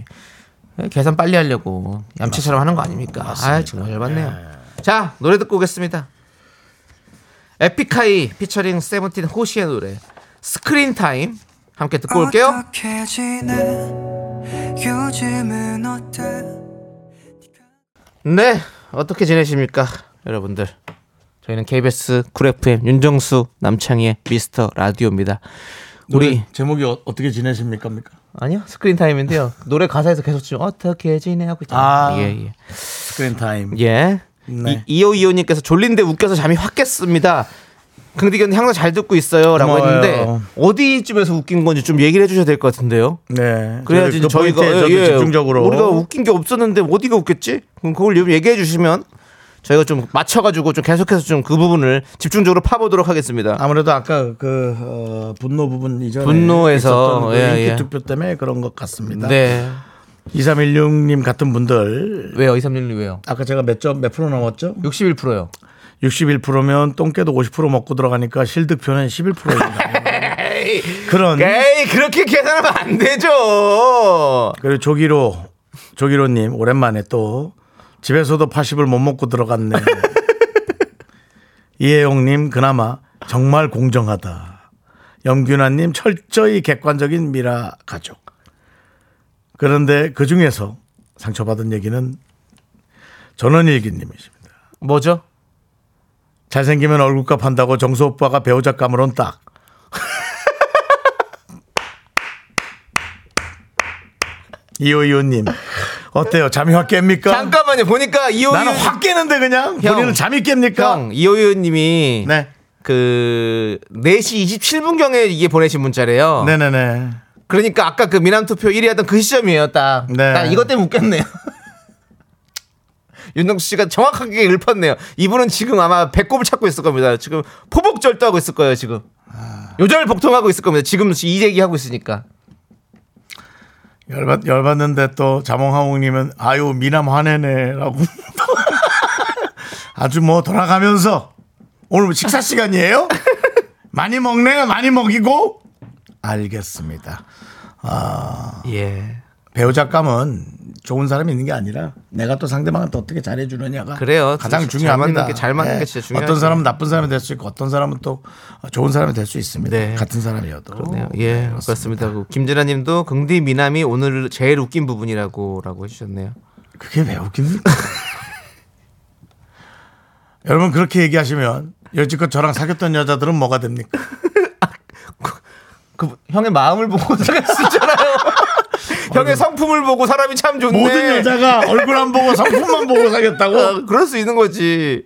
B: 예, 계산 빨리 하려고 얌체처럼 하는 거 아닙니까? 아 정말 열받네요. 자 노래 듣고 오겠습니다. 에픽하이 피처링 세븐틴 호시의 노래 스크린 타임 함께 듣고 올게요.
C: 어떻게 지내 요즘은 어때
B: 네 어떻게 지내십니까, 여러분들? 저희는 KBS 쿨 FM 윤정수 남창희의 미스터 라디오입니다. 우리
A: 제목이 어, 떻게 지내십니까? 그러니까?
B: 아니요 스크린 타임인데요 노래 가사에서 계속 지금 어떻게 지내하고 있잖아요
A: 아.
B: 예예
A: 스크린 타임.
B: 예, 예.
A: 네.
B: 이, 이오 이오님께서 졸린데 웃겨서 잠이 확 깼습니다 근데 이건 항상 잘 듣고 있어요라고
A: 고마워요.
B: 했는데 어디쯤에서 웃긴 건지 좀 얘기를 해주셔야 될 것 같은데요
A: 네.
B: 그래야지
A: 그
B: 저희가
A: 포인트에 저도
B: 예, 예.
A: 집중적으로
B: 우리가 웃긴 게 없었는데 어디가 웃겼지 그럼 그걸 좀 얘기해 주시면 저희가 좀 맞춰가지고 좀 계속해서 좀 그 부분을 집중적으로 파보도록 하겠습니다
A: 아무래도 아까 그 어, 분노 부분 이전에
B: 분노에서,
A: 있었던 그
B: 예,
A: 인기
B: 예.
A: 투표 때문에 그런 것 같습니다.
B: 네
A: 2316님 같은 분들
B: 왜요 이삼일님 왜요
A: 아까 제가 몇 점 몇 프로 넘었죠?
B: 61%요
A: 61%면 똥개도 50% 먹고 들어가니까 실득표는 11%입니다. 그런
B: 에이 그렇게 계산하면 안 되죠.
A: 그리고 조기로 조기로님 오랜만에 또 집에서도 80을 못 먹고 들어갔네. 이혜용님 그나마 정말 공정하다. 염균아님 철저히 객관적인 미라 가족. 그런데 그 중에서 상처받은 얘기는 전원일기님이십니다.
B: 뭐죠?
A: 잘생기면 얼굴값 한다고 정수 오빠가 배우자 까물은 딱. 이호이호님 어때요? 잠이 확 깹니까?
B: 잠깐만요. 보니까 이호유
A: 나는 확 깨는데 그냥
B: 형.
A: 본인은 잠이 깹니까?
B: 형 이호유님이
A: 네.
B: 그 4시 27분 경에 이게 보내신 문자래요.
A: 네네네.
B: 그러니까 아까 그 미남 투표 1위 하던 그 시점이에요. 딱.
A: 네.
B: 나 이것 때문에 웃겼네요. 윤정수 씨가 정확하게 읊었네요. 이분은 지금 아마 배꼽을 찾고 있을 겁니다. 지금 포복절도 하고 있을 거예요. 지금
A: 아.
B: 요절 복통하고 있을 겁니다. 지금 이 얘기 하고 있으니까.
A: 열받, 열받는데 또 자몽하몽님은 아유 미남 화내네라고 아주 뭐 돌아가면서 오늘 뭐 식사 시간이에요? 많이 먹네 많이 먹이고 알겠습니다.
B: 예.
A: 배우자 감은 좋은 사람이 있는 게 아니라 내가 또 상대방한테 어떻게 잘해주느냐가
B: 그래요.
A: 가장
B: 잘
A: 중요합니다. 예.
B: 맞는 게- 잘 맞는 게 진짜 중요하죠.
A: 어떤 사람은 나쁜 사람이 될 수 있고 어떤 사람은 또 좋은 사람이 될 수 있습니다.
B: 네.
A: 같은 사람이어도.
B: 그렇네요. 예, 그렇습니다. 그 김진아님도 긍디 미남이 오늘 제일 웃긴 부분이라고라고 해주셨네요.
A: 그게 왜 웃깁니까? 여러분 그렇게 얘기하시면 여지껏 저랑 사귀었던 여자들은 뭐가 됩니까?
B: 그 형의 마음을 보고 생각했잖아요. 형의 성품을 보고 사람이 참 좋네.
A: 모든 여자가 얼굴 안 보고 성품만 보고 사귀었다고?
B: 어, 그럴 수 있는 거지.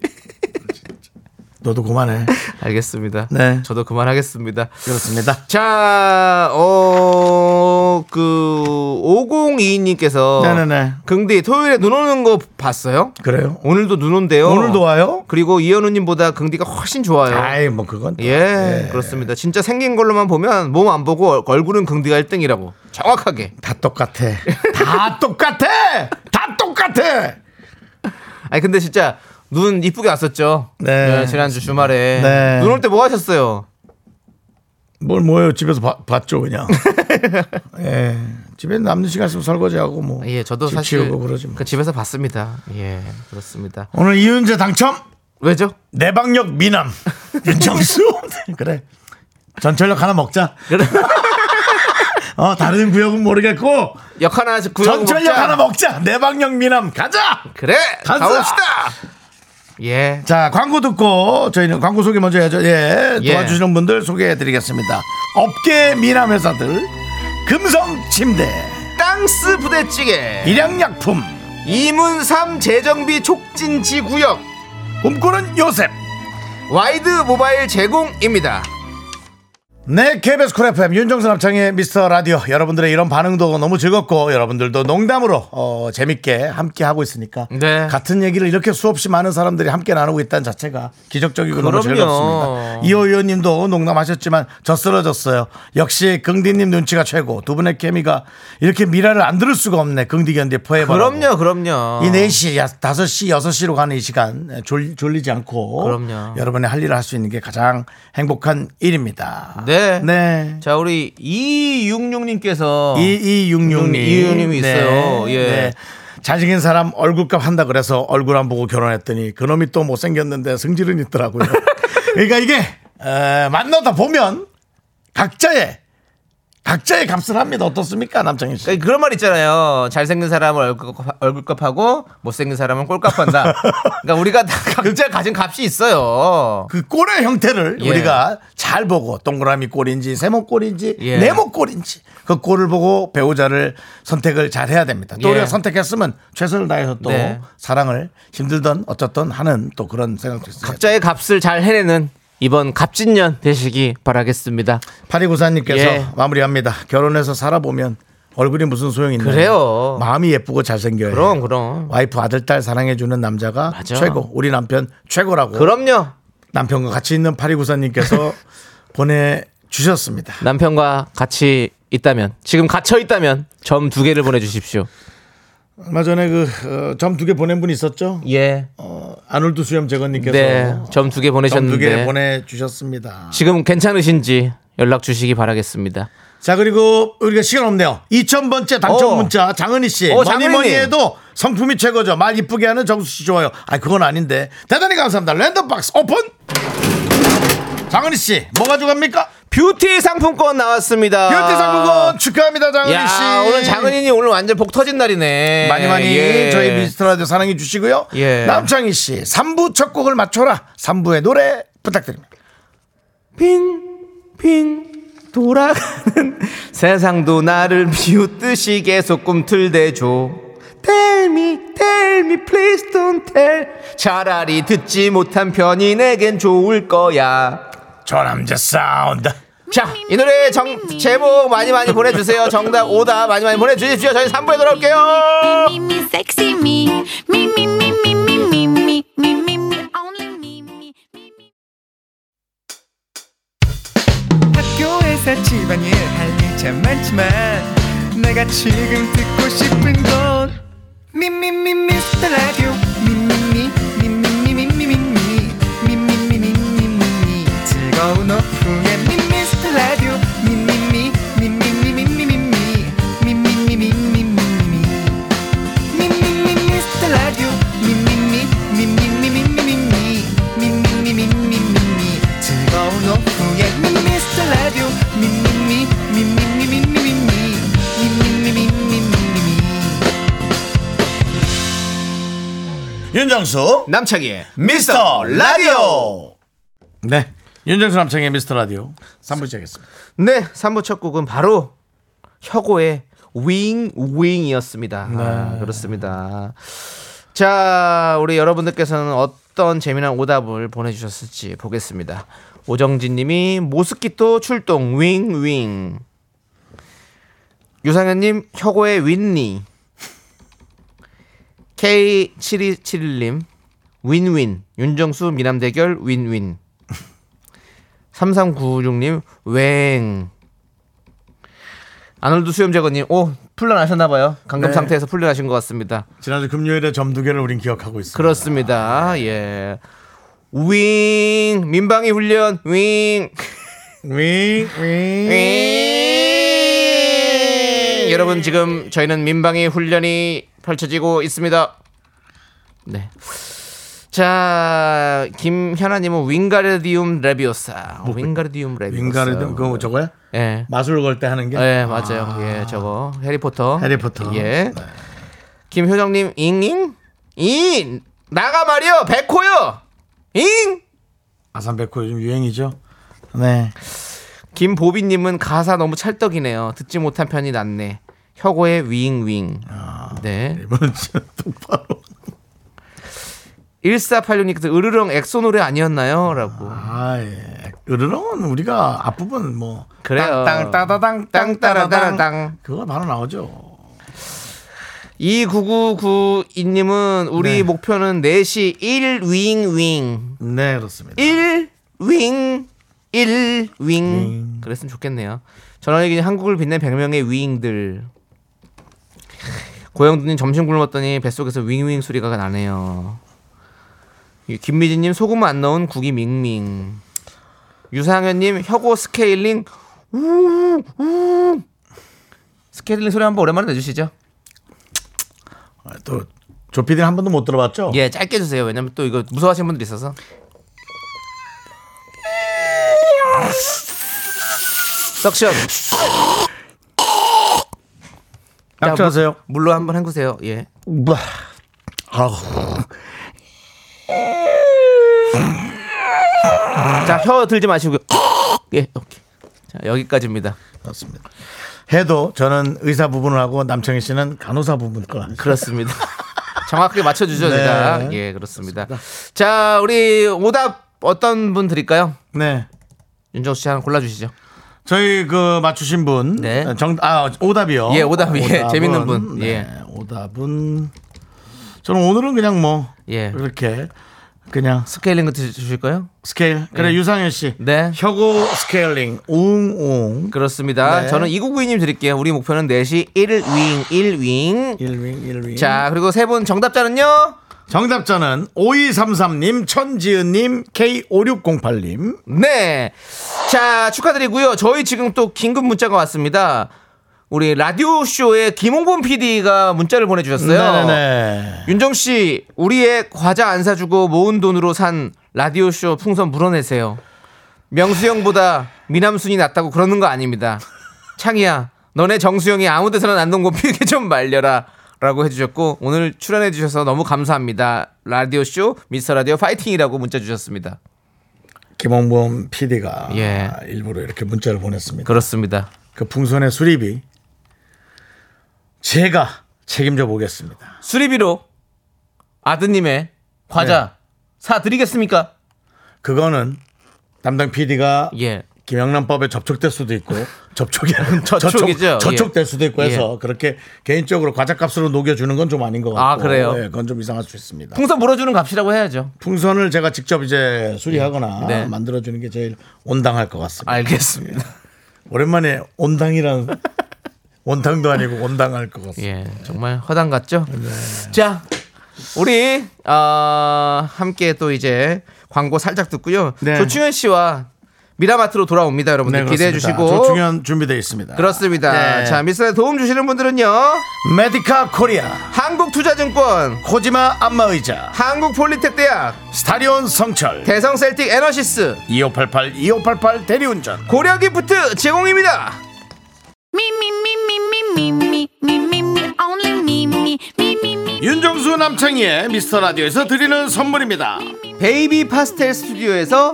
A: 너도 그만해.
B: 알겠습니다.
A: 네.
B: 저도 그만하겠습니다.
A: 그렇습니다.
B: 자, 어, 그, 5022님께서.
A: 네네네.
B: 긍디, 토요일에 눈 오는 거 봤어요?
A: 그래요?
B: 오늘도 눈 온대요.
A: 오늘도 와요?
B: 그리고 이현우님보다 긍디가 훨씬 좋아요.
A: 아이 뭐 그건 또.
B: 예,
A: 예.
B: 그렇습니다. 진짜 생긴 걸로만 보면 몸 안 보고 얼- 얼굴은 긍디가 1등이라고. 정확하게.
A: 다 똑같아. 다 똑같아. 다 똑같아.
B: 아니, 근데 진짜 눈 이쁘게 왔었죠.
A: 네.
B: 예, 지난주 주말에.
A: 네.
B: 눈 올 때 뭐 하셨어요?
A: 뭘 뭐예요? 집에서 봐- 봤죠 그냥. 예. 집에 남는 시간 있으면 설거지하고 뭐.
B: 예, 저도
A: 집
B: 사실
A: 치우고 그러지 뭐.
B: 그 집에서 봤습니다. 예, 그렇습니다.
A: 오늘 이윤재 당첨.
B: 왜죠?
A: 내방역 미남 윤정수. 그래. 전철역 하나 먹자.
B: 그래.
A: 어 다른 구역은 모르겠고
B: 역 하나 구형
A: 전철역 하나 먹자. 내방역 미남 가자.
B: 그래
A: 가자!
B: 가봅시다 예
A: 자 광고 듣고 저희는 광고 소개 먼저 해야죠 예,
B: 예.
A: 도와주시는 분들 소개해드리겠습니다 업계 미남 회사들 금성침대
B: 땅스 부대찌개
A: 일양약품
B: 이문삼 재정비 촉진지 구역
A: 꿈꾸는 요셉
B: 와이드 모바일 제공입니다
A: 네 KBS 쿨 FM 윤정수 남창의 미스터 라디오 여러분들의 이런 반응도 너무 즐겁고 여러분들도 농담으로 어, 재밌게 함께 하고 있으니까
B: 네.
A: 같은 얘기를 이렇게 수없이 많은 사람들이 함께 나누고 있다는 자체가 기적적이고 너무
B: 그럼요.
A: 즐겁습니다 이호 의원님도 농담하셨지만 저 쓰러졌어요 역시 긍디님 눈치가 최고 두 분의 케미가 이렇게 미라를 안 들을 수가 없네 긍디 견디 포에버
B: 그럼요 그럼요
A: 이 4시, 야, 5시, 6시로 가는 이 시간 졸, 리지 않고
B: 그럼요.
A: 여러분의 할 일을 할 수 있는 게 가장 행복한 일입니다.
B: 네.
A: 네.
B: 자 우리 266님께서
A: 이이육육님.
B: 어.
A: 네.
B: 이이육육님이 있어요. 예.
A: 잘생긴 사람 얼굴값 한다 그래서 얼굴 안 보고 결혼했더니 그놈이 또뭐 못생겼는데 성질은 있더라고요. 그러니까 이게 에, 만나다 보면 각자의 각자의 값을 합니다. 어떻습니까, 남창희 씨?
B: 그러니까 그런 말 있잖아요. 잘생긴 사람은 얼굴값, 얼굴값하고 못생긴 사람은 꼴값한다. 그러니까 우리가 다 각자 가진 값이 있어요.
A: 그 꼴의 형태를
B: 예.
A: 우리가 잘 보고 동그라미 꼴인지 세모 꼴인지
B: 예.
A: 네모 꼴인지 그 꼴을 보고 배우자를 선택을 잘 해야 됩니다. 또
B: 예.
A: 우리가 선택했으면 최선을 다해서 또
B: 네.
A: 사랑을 힘들던 어쨌든 하는 또 그런 생각도 있어요.
B: 각자의 값을 잘 해내는 이번 갑진년 되시기 바라겠습니다.
A: 파리구사님께서
B: 예.
A: 마무리합니다. 결혼해서 살아보면 얼굴이 무슨 소용이 있나요?
B: 그래요.
A: 마음이 예쁘고 잘생겨요.
B: 그럼 그럼.
A: 와이프 아들 딸 사랑해주는 남자가
B: 맞아.
A: 최고 우리 남편 최고라고
B: 그럼요.
A: 남편과 같이 있는 파리구사님께서 보내주셨습니다.
B: 남편과 같이 있다면 지금 갇혀 있다면 점 두 개를 보내 주십시오.
A: 얼마 전에 그 점 두 개 보낸 분이 있었죠?
B: 예.
A: 어, 아놀드 수염 재건님께서
B: 네. 점 두
A: 점 두
B: 개
A: 개
B: 보내셨는데
A: 보내주셨습니다.
B: 지금 괜찮으신지 연락 주시기 바라겠습니다.
A: 자 그리고 우리가 시간 없네요. 2000번째 당첨
B: 어.
A: 문자 장은희 씨.
B: 어,
A: 뭐니
B: 장은희님.
A: 뭐니 해도 성품이 최고죠. 말 이쁘게 하는 정수 씨 좋아요. 아 그건 아닌데 대단히 감사합니다. 랜덤 박스 오픈. 장은희 씨 뭐가 좋아합니까?
B: 뷰티 상품권 나왔습니다.
A: 뷰티 상품권 축하합니다 장은희
B: 아. 야,
A: 씨.
B: 오늘 장은이 오늘 완전 복 터진 날이네.
A: 많이 많이
B: 예.
A: 저희 미스터라디오 사랑해 주시고요.
B: 예.
A: 남창희 씨 3부 첫 곡을 맞춰라. 3부의 노래 부탁드립니다.
B: 핑핑 돌아가는 세상도 나를 비웃듯이 계속 꿈틀대죠 Tell me, tell me, please don't tell 차라리 듣지 못한 편이 내겐 좋을 거야
A: 저 남자 사운드.
B: 자, 이 노래 정, 제목 많이 많이 보내주세요 정답, 오답 많이 많이 보내주십시오 저희 3부에 돌아올게요
E: Me, me, sexy me. Me, me, me, me, me, me, me, me, me, me, only me, me, me, me.
D: 학교에서 집안일 할 일 참 많지만 내가 지금 듣고 싶은 건 미미미 미스터 라디오 미미미 미미미 미미미 미미미 미미미 즐거운 오후에 미스터 라디오 미미미 미미미 미미미 미미미 미미미
A: 윤정수
B: 남창희의
A: 미스터 라디오. 네. 윤정수 남창의 미스터 라디오 3부 시작했습니다.
B: 네, 3부 첫 곡은 바로 혁오의 윙 윙이었습니다. 아, 그렇습니다. 자, 우리 여러분들께서는 어떤 재미난 오답을 보내주셨을지 보겠습니다. 오정진님이 모스키토 출동 윙윙. 유상현님 혁오의 윈니. K7271님 윈윈 윤정수 미남 대결 윈윈 3396님 웽 아놀드 수염제거님 오 풀려나셨나봐요 감금
A: 네.
B: 상태에서 풀려나신 것 같습니다
A: 지난주 금요일에 점 두 개를 우린 기억하고 있습니다.
B: 그렇습니다 예 윙! 민방위 훈련, 윙!
A: 윙,
B: 윙! 여러분, 지금 저희는 민방위 훈련이 펼쳐지고 있습니다. 네. 자, 김현아님은 윙가르디움 레비오사. 윙가르디움 레비오사.
A: 뭐, 윙가르든 그거 뭐 저거야?
B: 예.
A: 마술 걸 때 하는 게?
B: 예, 맞아요. 예, 저거. 해리포터.
A: 해리포터. 네.
B: 예. 김효정님, 잉잉? 잉! 나가 말이요! 백호요! 잉!
A: 아산백호 요즘 유행이죠. 네.
B: 김보빈님은 가사 너무 찰떡이네요. 듣지 못한 편이 낫네. 혁오의 윙윙.
A: 아,
B: 네.
A: 이번은 진짜 똑바로.
B: 1486님께서 으르렁 엑소 노래 아니었나요? 라고.
A: 아, 예. 으르렁은 우리가 앞부분 뭐.
B: 그래요.
A: 땅, 땅, 따다당, 땅, 따라당.
B: 땅따라따라당.
A: 그거 바로 나오죠.
B: 29992님은 우리
A: 네.
B: 목표는 4시 1윙윙.
A: 네, 그렇습니다.
B: 1윙. 1윙. 그랬으면 좋겠네요. 전화기 한국을 빛낸 100명의 윙들. 고영두님 점심 굶었더니 뱃속에서 윙윙 소리가 나네요. 이 김미진님 소금 안 넣은 국이 밍밍. 유상현님 혁오 스케일링 우웅, 우웅. 스케일링 소리 한번 오랜만에 내주시죠.
A: 아, 또, 조피디는 한 번도 못 들어봤죠?
B: 예 짧게 해주세요. 왜냐면 또 이거 무서워하시는 분들이 있어서. 석션
A: 약주하세요.
B: 물로 한번 헹구세요. 예.
A: 우와. 아우.
B: 자 혀 들지 마시고 예 오케이. 자 여기까지입니다.
A: 그렇습니다. 해도 저는 의사 부분을 하고 남창희 씨는 간호사 부분을 하죠.
B: 그렇습니다. 정확하게 맞춰주죠
A: 네.
B: 제가. 예 그렇습니다. 자 우리 오답 어떤 분 드릴까요?
A: 네.
B: 윤정수 씨 하나 골라주시죠.
A: 저희 그 맞추신 분.
B: 네.
A: 정, 아, 오답이요.
B: 예, 오답, 예.
A: 오답은,
B: 재밌는 분.
A: 네,
B: 예.
A: 오답은 저는 오늘은 그냥 뭐.
B: 예.
A: 그렇게 그냥
B: 스케일링 거 드- 주실까요?
A: 스케일. 그래, 유상현 씨.
B: 네.
A: 혁오 스케일링. 웅웅.
B: 그렇습니다.
A: 네.
B: 저는 이구구이님 드릴게요. 우리 목표는 4시 1윙 1윙.
A: 일윙 일윙.
B: 예. 자 그리고 세 분 정답자는요.
A: 정답자는 5233님, 천지은님, K5608님.
B: 네. 자 축하드리고요. 저희 지금 또 긴급 문자가 왔습니다. 우리 라디오 쇼의 김홍범 PD가 문자를
A: 네,
B: 보내주셨어요.
A: 네네네.
B: 윤정 씨, 우리의 과자 안 사주고 모은 돈으로 산 라디오 쇼 풍선 물어내세요. 명수형보다 미남순이 낫다고 그러는 거 아닙니다. 창이야, 너네 정수형이 아무데서나 난동 곰필게 좀 말려라. 라고 해주셨고 오늘 출연해 주셔서 너무 감사합니다. 라디오 쇼 미스터 라디오 파이팅이라고 문자 주셨습니다.
A: 김홍범 PD가
B: 예.
A: 일부러 이렇게 문자를 보냈습니다.
B: 그렇습니다.
A: 그 풍선의 수리비 제가 책임져 보겠습니다.
B: 수리비로 아드님의 과자 사 드리겠습니까?
A: 그거는 담당 PD가
B: 예.
A: 김영란법에 접촉될 수도 있고 접촉이 아닌
B: 저촉이죠.
A: 저촉, 저촉될
B: 예.
A: 수도 있고 해서 그렇게 개인적으로 과자값으로 녹여주는 건 좀 아닌 것 같고
B: 아, 그래요?
A: 예, 그건 좀 이상할 수 있습니다.
B: 풍선 물어주는 값이라고 해야죠.
A: 풍선을 제가 직접 이제 수리하거나
B: 네. 아.
A: 만들어주는 게 제일 온당할 것 같습니다.
B: 알겠습니다.
A: 오랜만에 온당이란 원탕도 아니고 온당할 것 같습니다.
B: 예, 정말 허당 같죠? 자, 우리 어, 함께 또 이제 광고 살짝 듣고요.
A: 네.
B: 조충현 씨와 미라마트로 돌아옵니다, 여러분들 기대해
A: 그렇습니다.
B: 주시고.
A: 조충현 준비되어 있습니다.
B: 그렇습니다.
A: 네.
B: 자, 미스터에 도움 주시는 분들은요.
A: 메디카 코리아
B: 한국투자증권,
A: 코지마 안마의자
B: 한국폴리텍대학,
A: 스타리온 성철
B: 대성셀틱 에너시스,
A: 2588 2588 대리운전
B: 고려기프트 제공입니다.
E: Me, me, me, me, me, me, me, me, me, me, only me, me, me, me, me.
A: 윤정수 남창희의 미스터라디오에서 드리는 선물입니다
B: 베이비 파스텔 스튜디오에서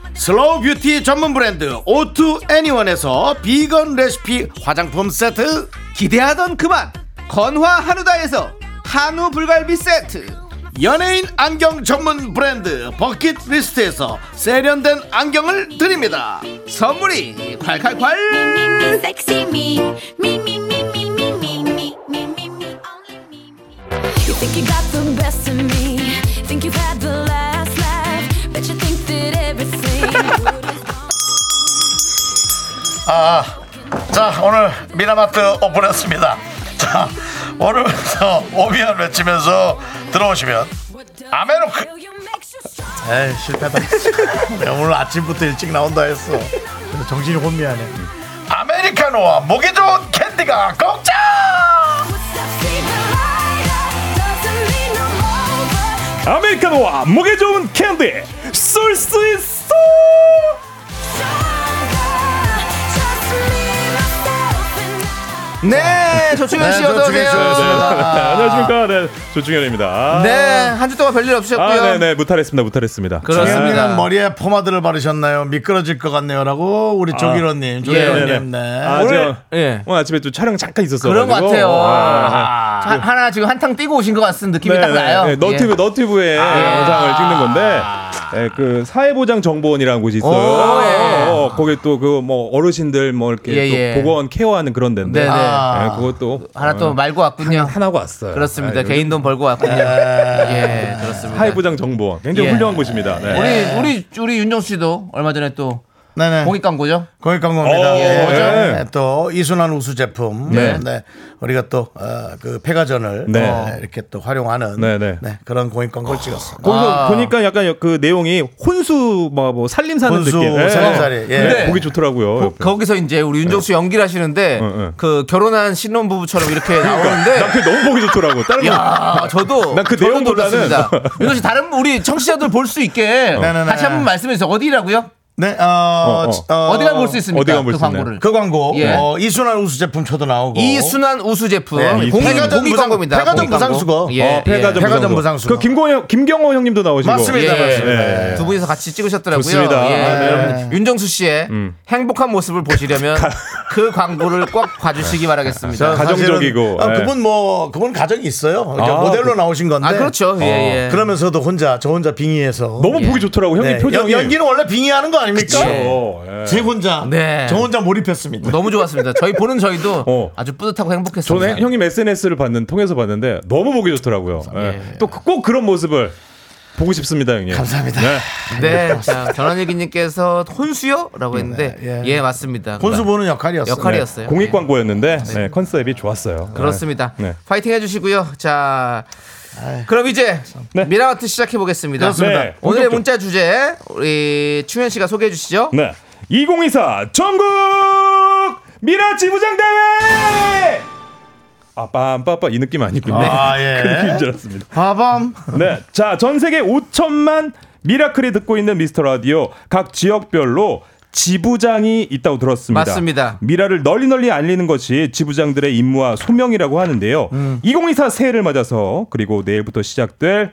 F: 슬로우 뷰티 전문 브랜드 오투 애니원에서 비건 레시피 화장품 세트
B: 기대하던 그만 건화 한우다에서 한우 불갈비 세트
F: 연예인 안경 전문 브랜드 버킷리스트에서 세련된 안경을 드립니다
B: 선물이 콸콸콸
E: Sexy me, me, me, me, me, me, me, me, me, me, me, only me. You think you got the best of me? Think you've had the last laugh? Bet you think that everything.
A: 아, 자 오늘 미나마트 오픈했습니다 자 오늘부터 오비안 외치면서 들어오시면 아메로크 에이 실패다 내가 오늘 아침부터 일찍 나온다 했어 근데 정신이 혼미하네 아메리카노와 목이 좋은 캔디가 공짜
G: 아메리카노와 목에 좋은 캔디 쏠 수 있어
B: 네 조충현 씨
A: 네,
B: 어서
A: 조충현 씨
B: 오세요
G: 안녕하십니까 네 조충현입니다
B: 네 한 주 동안 별일 없으셨고요
G: 아 네네 무탈했습니다 무탈했습니다
A: 형님은
B: 그렇습니다
A: 머리에 포마드를 바르셨나요 미끄러질 것 같네요라고
B: 아.
A: 우리
B: 예,
A: 조기로님 조기로님 네
G: 아,
B: 오늘-
G: 오늘,
B: 예.
G: 오늘 아침에 또 촬영 잠깐 있었어
B: 그런 것 같아요 하, 하나 지금 한탕 뛰고 오신 것 같은 느낌이
G: 네,
B: 딱 나요 예.
G: 너튜브 너튜브에
B: 아.
G: 영상을 찍는 건데 예, 그 사회보장정보원이라는 곳이 있어요.
B: 오, 예.
G: 어, 거기 또 그 뭐 어르신들 뭐 이렇게
B: 예,
G: 또
B: 예.
G: 보건 케어하는 그런 데인데
B: 네네
A: 아.
G: 예, 그것도
B: 하나 또 말고 왔군요
G: 하나고 왔어요.
B: 그렇습니다
G: 아,
B: 개인 돈 벌고 왔군요 예 그렇습니다
G: 사회보장정보원 굉장히
B: 예.
G: 훌륭한 곳입니다. 네.
B: 우리 우리 우리 윤정수 씨도 얼마 전에 또
A: 네네
B: 공익 광고죠
A: 거기 간 겁니다.
G: 오,
A: 예.
G: 네.
A: 네, 또 이순환 우수 제품. 네.
G: 네.
A: 우리가 또, 어, 그 폐가전을
G: 네.
A: 어, 이렇게 또 활용하는
G: 네, 어. 네.
A: 네, 그런 공익 광고를 찍었습니다.
G: 거기서
B: 아.
G: 보니까 약간 그 내용이 혼수 뭐, 뭐 살림 사는
A: 혼수,
G: 느낌.
A: 살림살이, 예.
G: 네, 보기 좋더라고요.
B: 거-
G: 옆에.
B: 거기서 이제 우리 윤정수 연기를 하시는데
G: 응, 응.
B: 그 결혼한 신혼 부부처럼 이렇게 나오는데
G: 난 그게 너무 보기 좋더라고. 다른 거.
B: 야, 저도
G: 난그
B: 저도
G: 내용보다는-
B: 놀랐습니다. 윤정 씨 다른 우리 청취자들 볼 수 있게
A: 네네네.
B: 다시 한번 말씀해 주세요. 어디라고요?
A: 네, 어,
G: 어,
A: 어,
B: 어디가 볼 수 있습니까?
G: 어디가 볼
B: 그
G: 수 있나요?
B: 광고를.
A: 그 광고.
B: 예.
A: 어, 이순환 우수 제품초도 나오고.
B: 이순환 우수 제품
A: 네,
B: 공익
A: 이순환.
B: 공익 광고입니다.
A: 백화점
B: 공익 광고.
A: 무상수거.
B: 예,
G: 어, 폐가전
A: 예.
G: 무상수거.
A: 폐가전 무상수거.
G: 그 김고영, 김경호 형님도 나오시고.
B: 예.
A: 맞습니다. 맞습니다.
G: 예.
B: 두 분이서 같이 찍으셨더라고요.
G: 좋습니다.
B: 예,
G: 아, 네. 음.
B: 여러분, 윤정수 씨의 행복한 모습을 보시려면 그 광고를 꼭 봐주시기
A: 저
B: 바라겠습니다.
A: 사실은,
G: 가정적이고,
A: 어,
G: 예.
A: 그분 뭐, 그분 가정이 있어요. 그러니까
G: 아, 어.
A: 모델로 나오신 건데.
B: 아 그렇죠. 예, 예.
A: 그러면서도 혼자, 저 혼자 빙의해서.
G: 너무
B: 예.
G: 보기 좋더라고. 형님
A: 네,
G: 표정이.
A: 연, 기는 원래 빙의하는 거 아닙니까?
G: 어, 예.
A: 제 혼자.
B: 네.
A: 저 혼자 몰입했습니다.
B: 너무 좋았습니다. 저희 보는 저희도
G: 어.
B: 아주 뿌듯하고 행복했습니다.
G: 저는 형- 형님 SNS를 봤는 통해서 봤는데 너무 보기 좋더라고요.
B: 예.
G: 또 꼭 그런 모습을 보고 싶습니다, 형님.
A: 감사합니다.
G: 네. 네,
B: 네, 자, 전환일기님께서 혼수요라고 했는데
A: 예.
B: 예. 맞습니다.
A: 혼수 보는 역할이었어요.
B: 역할이었어요.
G: 공익
B: 예.
G: 광고였는데 네, 컨셉이 좋았어요.
B: 그렇습니다.
G: 네.
B: 파이팅 해주시고요. 자, 그럼 이제
G: 네.
B: 미라마트 시작해 보겠습니다.
G: 그렇습니다. 네,
B: 오늘의
G: 본격적으로.
B: 문자 주제 우리 충현 씨가 소개해 주시죠.
G: 네. 2024 전국 미라 지부장 대회! 아, 빰빠빠 이 느낌 아니군요.
A: 아, 예.
G: 그 느낌인 줄 알았습니다.
A: 바밤.
G: 네. 자, 전 세계 5천만 미라클이 듣고 있는 미스터 라디오 각 지역별로 지부장이 있다고 들었습니다.
B: 맞습니다.
G: 미라를 널리 널리 알리는 것이 지부장들의 임무와 소명이라고 하는데요. 2024 새해를 맞아서 그리고 내일부터 시작될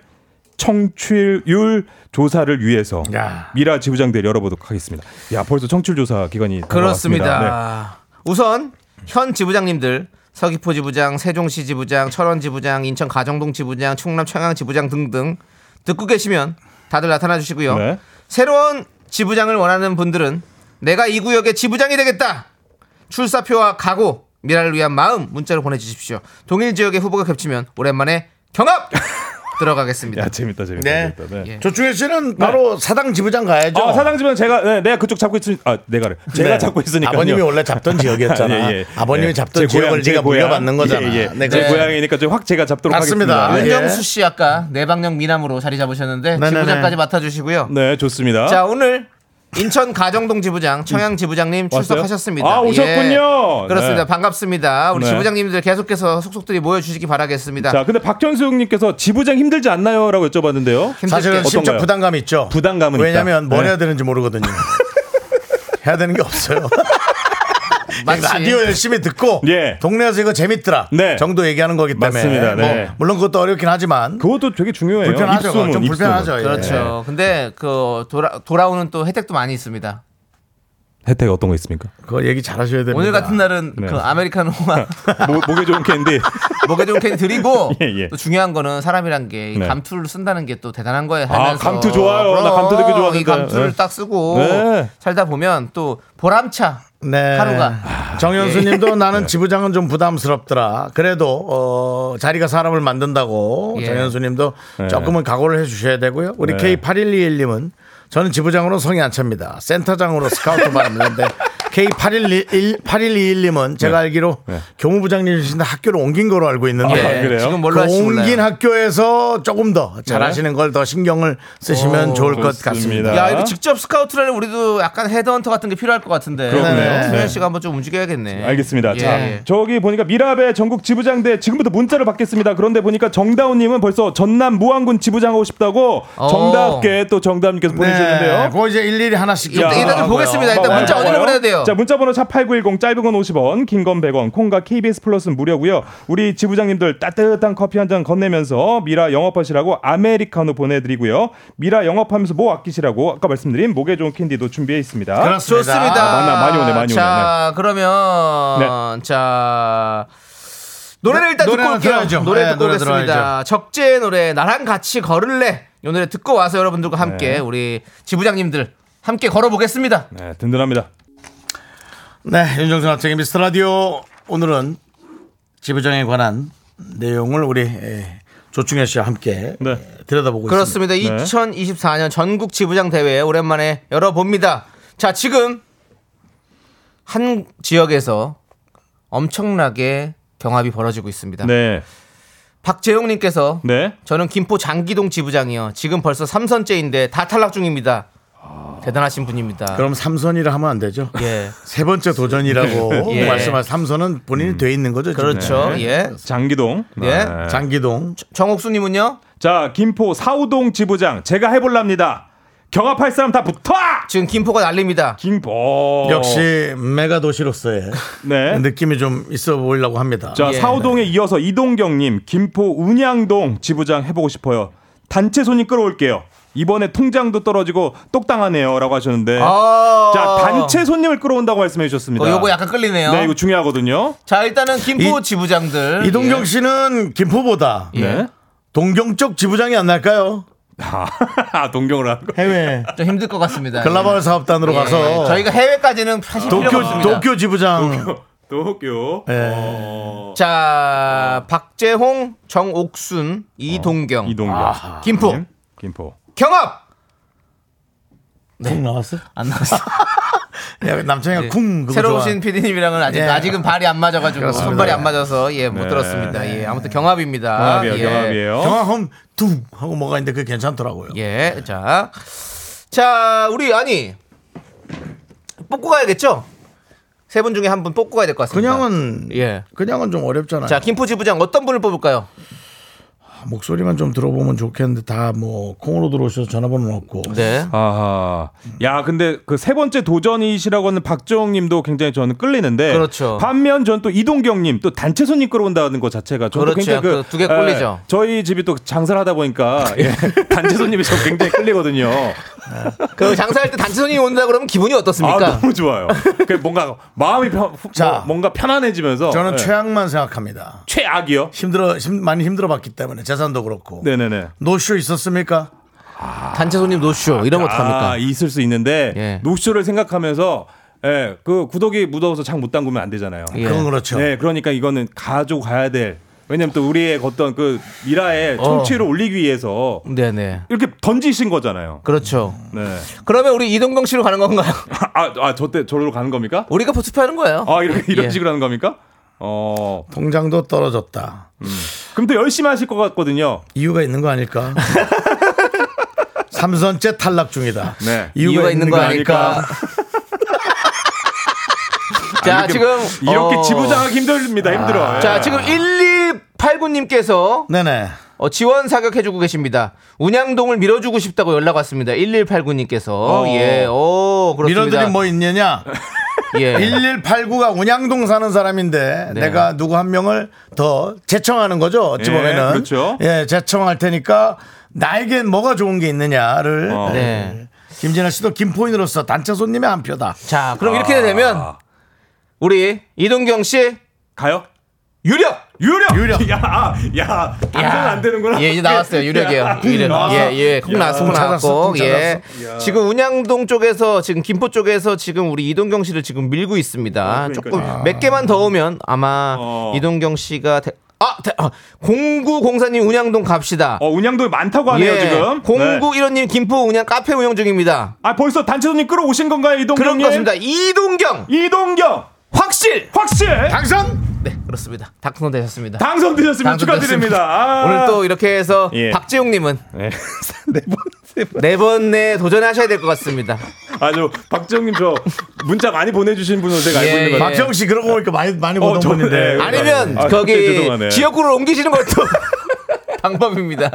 G: 청취율 조사를 위해서
A: 야.
G: 미라 지부장 대를 열어보도록 하겠습니다. 야, 벌써 청취율 조사 기간이 다가왔습니다.
B: 그렇습니다. 네. 우선 현 지부장님들 서귀포 지부장, 세종시 지부장, 철원 지부장, 인천 가정동 지부장, 충남 청양 지부장 등등 듣고 계시면 다들 나타나 주시고요.
G: 네.
B: 새로운 지부장을 원하는 분들은 내가 이 구역의 지부장이 되겠다. 출사표와 각오, 미라를 위한 마음 문자로 보내주십시오. 동일 지역의 후보가 겹치면 오랜만에 경합
G: 네.
B: 들어가겠습니다.
G: 야, 재밌다, 재밌다.
A: 네. 어.
G: 재밌다. 네.
B: 예.
A: 조충현 씨는 바로 사당 지부장 가야죠. 네.
G: 아, 사장 지부장 제가 네, 내가 그쪽 잡고 있으니 아, 내가를 제가 잡고 있으니까
A: 아버님이 원래 잡던 지역이었잖아.
G: 예, 예.
A: 아버님이
G: 예.
A: 잡던
G: 제
A: 지역을
G: 고향, 제
A: 네가
G: 고향.
A: 물려받는 거잖아.
G: 예, 예.
A: 네,
G: 제
A: 그래.
G: 고향이니까 좀 확 제가 잡도록
A: 맞습니다.
G: 하겠습니다.
A: 예.
B: 윤정수 씨 아까 내방역 미남으로 자리 잡으셨는데
A: 네네네.
B: 지부장까지 맡아주시고요.
G: 네, 좋습니다.
B: 자 오늘 인천 가정동 지부장 청양 지부장님
G: 왔어요?
B: 출석하셨습니다. 예.
G: 아, 오셨군요.
B: 그렇습니다.
G: 네.
B: 반갑습니다. 우리
G: 네.
B: 지부장님들 계속해서 속속들이 모여주시기 바라겠습니다.
G: 자, 근데 박현수님께서 지부장 힘들지 않나요?라고 여쭤봤는데요.
B: 힘들게.
A: 사실은 심적
G: 어떤가요?
A: 부담감 이 있죠.
G: 부담감은
A: 왜냐하면
G: 있다.
A: 뭘
G: 네.
A: 해야 되는지 모르거든요. 해야 되는 게 없어요.
B: 마치-
A: 라디오 열심히 듣고
G: 예.
A: 동네에서 이거 재밌더라
G: 네.
A: 정도 얘기하는 거기 때문에
G: 맞습니다. 네.
A: 뭐, 물론 그것도 어렵긴 하지만
G: 그것도 되게 중요해요. 네.
A: 불편하죠.
G: 입소문,
A: 좀
G: 입소문.
A: 불편하죠. 예.
B: 그렇죠. 근데 그 돌아 돌아오는 또 혜택도 많이 있습니다.
G: 혜택 어떤 거 있습니까?
A: 그거 얘기 잘하셔야 됩니다.
B: 오늘 같은 날은
G: 네.
B: 그 아메리카노와
G: 뭐, 목, 목에 좋은 캔디.
B: 먹에 좋은 캔 드리고
G: 예, 예.
B: 또 중요한 거는 사람이란 게이
G: 네.
B: 감투를 쓴다는 게 또 대단한 거예요.
G: 아,
B: 하면서.
G: 감투 좋아요. 나
B: 그럼
G: 감투 되게
B: 이
G: 좋아하는데.
B: 감투를
G: 네.
B: 딱 쓰고
G: 네.
B: 살다 보면 또 보람차
A: 네.
B: 하루가.
G: 예.
A: 정현수님도 나는 지부장은 좀 부담스럽더라. 그래도 어, 자리가 사람을 만든다고
B: 예.
A: 정현수님도 조금은 각오를 해주셔야 되고요. 우리
G: 네.
A: K8121님은 저는 지부장으로 성이 안 찹니다. 센터장으로 스카우트 바랍니다는데 K8121님은 제가 알기로
G: 네.
A: 교무부장님이신데 학교를 옮긴 거로 알고 있는데
G: 아,
B: 예,
G: 그래요?
B: 지금
A: 그
B: 뭘로 할지
A: 옮긴
B: 몰라요.
A: 학교에서 조금 더
G: 네.
A: 잘하시는 걸 더 신경을 쓰시면
G: 어,
B: 오,
A: 좋을 것
G: 좋습니다.
A: 같습니다.
B: 야, 이거 직접 스카우트라는 우리도 약간 헤드헌터 같은 게 필요할 것 같은데.
G: 그렇네요.
B: 네.
G: 네.
B: 소연 씨가 한번 좀 움직여야겠네.
G: 알겠습니다.
B: 예.
G: 자, 저기 보니까 미라베 전국 지부장대 지금부터 문자를 받겠습니다. 그런데 보니까 정다운님은 벌써 전남 무안군 지부장 하고 싶다고
B: 어.
G: 정답게 또 정다운님께서
A: 네,
G: 보내주셨는데요.
A: 그거 이제 일일이 하나씩 좀
G: 야.
B: 일단 좀
A: 하고요.
B: 보겠습니다. 일단
G: 고마워요.
B: 문자 어디로 보내야 돼요?
G: 자, 문자 번호 샵8910 짧은 건 50원, 긴 건 100원. 콩과 KBS 플러스는 무료고요. 우리 지부장님들 따뜻한 커피 한 잔 건네면서 미라 영업하시라고 아메리카노 보내 드리고요. 미라 영업하면서 뭐 아끼시라고 아까 말씀드린 목에 좋은 캔디도 준비해 있습니다.
A: 그렇습니다.
B: 어, 좋습니다.
G: 아, 많아, 많이 오네, 네. 많이
B: 자, 그러면 자 노래를 일단
A: 노래
B: 듣고 올게요.
A: 들어야죠.
B: 노래
A: 네,
B: 듣고
A: 노래
B: 오겠습니다.
A: 들어야죠.
B: 적재의 노래 나랑 같이 걸을래. 이 노래 듣고 와서 여러분들과 함께 우리 지부장님들 함께 걸어보겠습니다.
G: 네, 든든합니다.
A: 네, 윤정수 학생의 미스터 라디오 오늘은 지부장에 관한 내용을 우리 에, 조충현 씨와 함께
G: 네.
A: 에, 들여다보고
B: 그렇습니다.
G: 네.
B: 2024년 전국 지부장 대회 오랜만에 열어봅니다. 자, 지금 한 지역에서 엄청나게 경합이 벌어지고 있습니다.
G: 네.
B: 박재용님께서
G: 네.
B: 저는 김포 장기동 지부장이요. 지금 벌써 삼선째인데다 탈락 중입니다. 대단하신 분입니다.
A: 있습니다. 그럼 삼선이라 하면 안 되죠?
B: 예.
A: 세 번째 도전이라고
B: 예. 음.
A: 말씀하신 삼선은 본인이 돼 있는 거죠. 지금? 네.
B: 그렇죠. 예.
G: 장기동. 네.
B: 예.
A: 장기동
B: 정옥수 님은요?
G: 자, 김포 사우동 지부장 제가 해 볼랍니다. 경합할 사람 다 붙어!
B: 지금 김포가 날립니다.
G: 김포.
B: 어.
A: 역시 메가 도시로서의
G: 네.
A: 느낌이 좀 있어 보이려고 합니다.
G: 자,
B: 예,
G: 사호동에 이어서 이동경님, 김포 운양동 지부장 해보고 싶어요. 단체 손님 끌어올게요. 이번에 통장도 떨어지고 똑당하네요라고 하셨는데,
B: 아.
G: 자 단체 손님을 끌어온다고 말씀해 주셨습니다.
B: 어, 요거 약간 끌리네요.
G: 네, 이거 중요하거든요.
B: 자, 일단은 김포
A: 이-
B: 지부장들.
A: 이동경 씨는 김포보다
B: 예. 예.
G: 네.
A: 동경 쪽 지부장이 안 날까요?
G: 아, 동경을 하는 거.
A: 해외
B: 좀 힘들 것 같습니다.
A: 글라벌 사업단으로
B: 예.
A: 가서
B: 예. 저희가 해외까지는 사실 필요가
A: 도쿄
B: 없습니다.
A: 도쿄 지부장
G: 도쿄.
A: 예.
G: 어,
B: 자, 박재홍, 정옥순, 이동경,
G: 아, 이동경.
B: 아,
G: 예.
B: 김포
G: 님, 김포.
B: 경합
A: 쿵 나왔어?
B: 안 나왔어.
A: 야, 그 남창이가 쿵 그거
B: 네. 예. 새로
A: 좋아.
B: 오신 PD님이랑은 아직
A: 예.
B: 아직은 발이 안 맞아가지고
A: 그렇습니다.
B: 손발이 안 맞아서 예 못
G: 네.
B: 들었습니다. 예 아무튼 경합입니다.
G: 경합이에요,
B: 예.
G: 경합이에요.
A: 경화홈 둥 하고 뭐가 있는데 그게 괜찮더라고요.
B: 예, 자, 자 우리 아니 뽑고 가야겠죠? 세 분 중에 한 분 뽑고 가야 될 것 같습니다.
A: 그냥은
B: 예.
A: 그냥은 좀 어렵잖아요.
B: 자 김포지 부장 어떤 분을 뽑을까요?
A: 목소리만 좀 들어보면 좋겠는데 다 뭐 콩으로 들어오셔서 전화번호 없고
B: 네.
G: 아하. 야, 근데 그 세 번째 도전이시라고 하는 박정욱 님도 굉장히 저는 끌리는데.
B: 그렇죠.
G: 반면 전 또 이동경 님, 또 단체 손님 끌어온다는 것 자체가 저도
B: 그렇죠.
G: 굉장히 그,
B: 그두개 끌리죠.
G: 예, 저희 집이 또 장사를 하다 보니까 예, 단체 손님이 저 굉장히 끌리거든요. 아,
B: 그 장사할 때 단체 손님이 온다 그러면 기분이 어떻습니까?
A: 네.
G: 아, 너무 좋아요. 그 뭔가 마음이 편, 후-
A: 자.
G: 뭐- 뭔가 편안해지면서.
A: 저는
B: 네.
G: 예.
A: 최악만 생각합니다.
G: 최악이요?
A: 힘들어 힘- 많이 힘들어봤기 때문에 재산도 그렇고
G: 네네네.
A: 노쇼 있었습니까?
B: 단체 손님 노쇼 이런 거 어떡합니까?
G: 아, 있을 수 있는데
B: 예.
G: 노쇼를 생각하면서 예, 그 구독이 묻어서 장 못 담그면 안 되잖아요.
B: 예.
A: 그건 그렇죠.
G: 네, 그러니까 이거는 가져가야 될. 왜냐면 또 우리의 어떤 그 미라의
B: 어.
G: 청취를 올리기 위해서
B: 네네.
G: 이렇게 던지신 거잖아요.
B: 그렇죠.
G: 네.
B: 그러면 우리 이동경 씨로 가는 건가요?
G: 아, 아, 저때 저로 가는 겁니까?
B: 우리가 투표하는 거예요.
G: 아, 이렇게 이런
B: 예.
G: 식으로 하는 겁니까? 어,
A: 통장도 떨어졌다.
G: 그럼 또 열심히 하실 것 같거든요.
A: 이유가 있는 거 아닐까? 삼선째 탈락 중이다.
G: 네.
B: 이유가 있는 거 아닐까? 자,
G: 아, 이렇게-
B: 지금
G: 이렇게
B: 어, 아.
G: 지부장하기 힘듭니다. 힘들어. 예.
B: 자, 지금 1289님께서 어,
A: 네네.
B: 지원 사격해 주고 계십니다. 운양동을 밀어주고 싶다고 연락 왔습니다. 1189님께서
G: 어.
B: 예. 오, 그렇습니다.
A: 밀어드린 뭐 있느냐?
B: 예.
A: 1189가 운양동 사는 사람인데
B: 네.
A: 내가 누구 한 명을 더 재청하는 거죠. 어찌
G: 예,
A: 보면은
G: 그렇죠.
A: 예, 재청할 테니까 나에겐 뭐가 좋은 게 있느냐를
G: 어.
B: 네.
A: 김진아 씨도 김포인으로서 단체 손님의 한 표다.
B: 자, 그럼
G: 아.
B: 이렇게 되면 우리 이동경 씨
G: 가요?
B: 유력.
G: 유력!
A: 유력.
G: 야, 야, 아, 안되는 안 되는구나. 음, 아.
B: 예, 이제 나왔어요. 유력이에요. 유력.
G: 나왔어.
B: 예, 예. 콩 나왔어, 콩
A: 콩 찾았어,
B: 나왔고.
A: 콩
B: 예. 지금 운양동 쪽에서 지금 김포 쪽에서 지금 우리 이동경 씨를 지금 밀고 있습니다. 조금
A: 아.
B: 몇 개만 더 오면 아마
G: 아, 어.
B: 이동경 씨가 대- 아, 대- 아, 공구 공사님 운양동 갑시다.
G: 어, 운양도 많다고 하네요,
B: 예.
G: 지금. 네.
B: 공구 일원님 김포 운양 카페 운영 중입니다.
G: 아, 벌써 단체손님 끌어오신 건가요, 이동경
B: 그런
G: 님?
B: 것입니다. 이동경
G: 이동경!
B: 확실.
G: 확실!
B: 네, 그렇습니다. 당선되셨습니다.
G: 당선되셨습니다. 축하드립니다. 아.
B: 오늘 또 이렇게 해서
G: 예.
B: 박지용님은
G: 네.
B: 네 번에 도전하셔야 될 것 같습니다.
G: 아, 저, 박정님, 저, 문자 많이 보내주신 분으로 제가 알고
B: 예,
G: 있는
B: 예.
G: 거예요.
A: 박정 씨 그러고 보니까 많이 많이 보던
G: 네. 저-
A: 분인데.
B: 그러니까.
G: 네.
B: 아니면
G: 아, 갑자기
B: 거기
G: 죄송하네.
B: 지역구를 옮기시는 것도 방법입니다.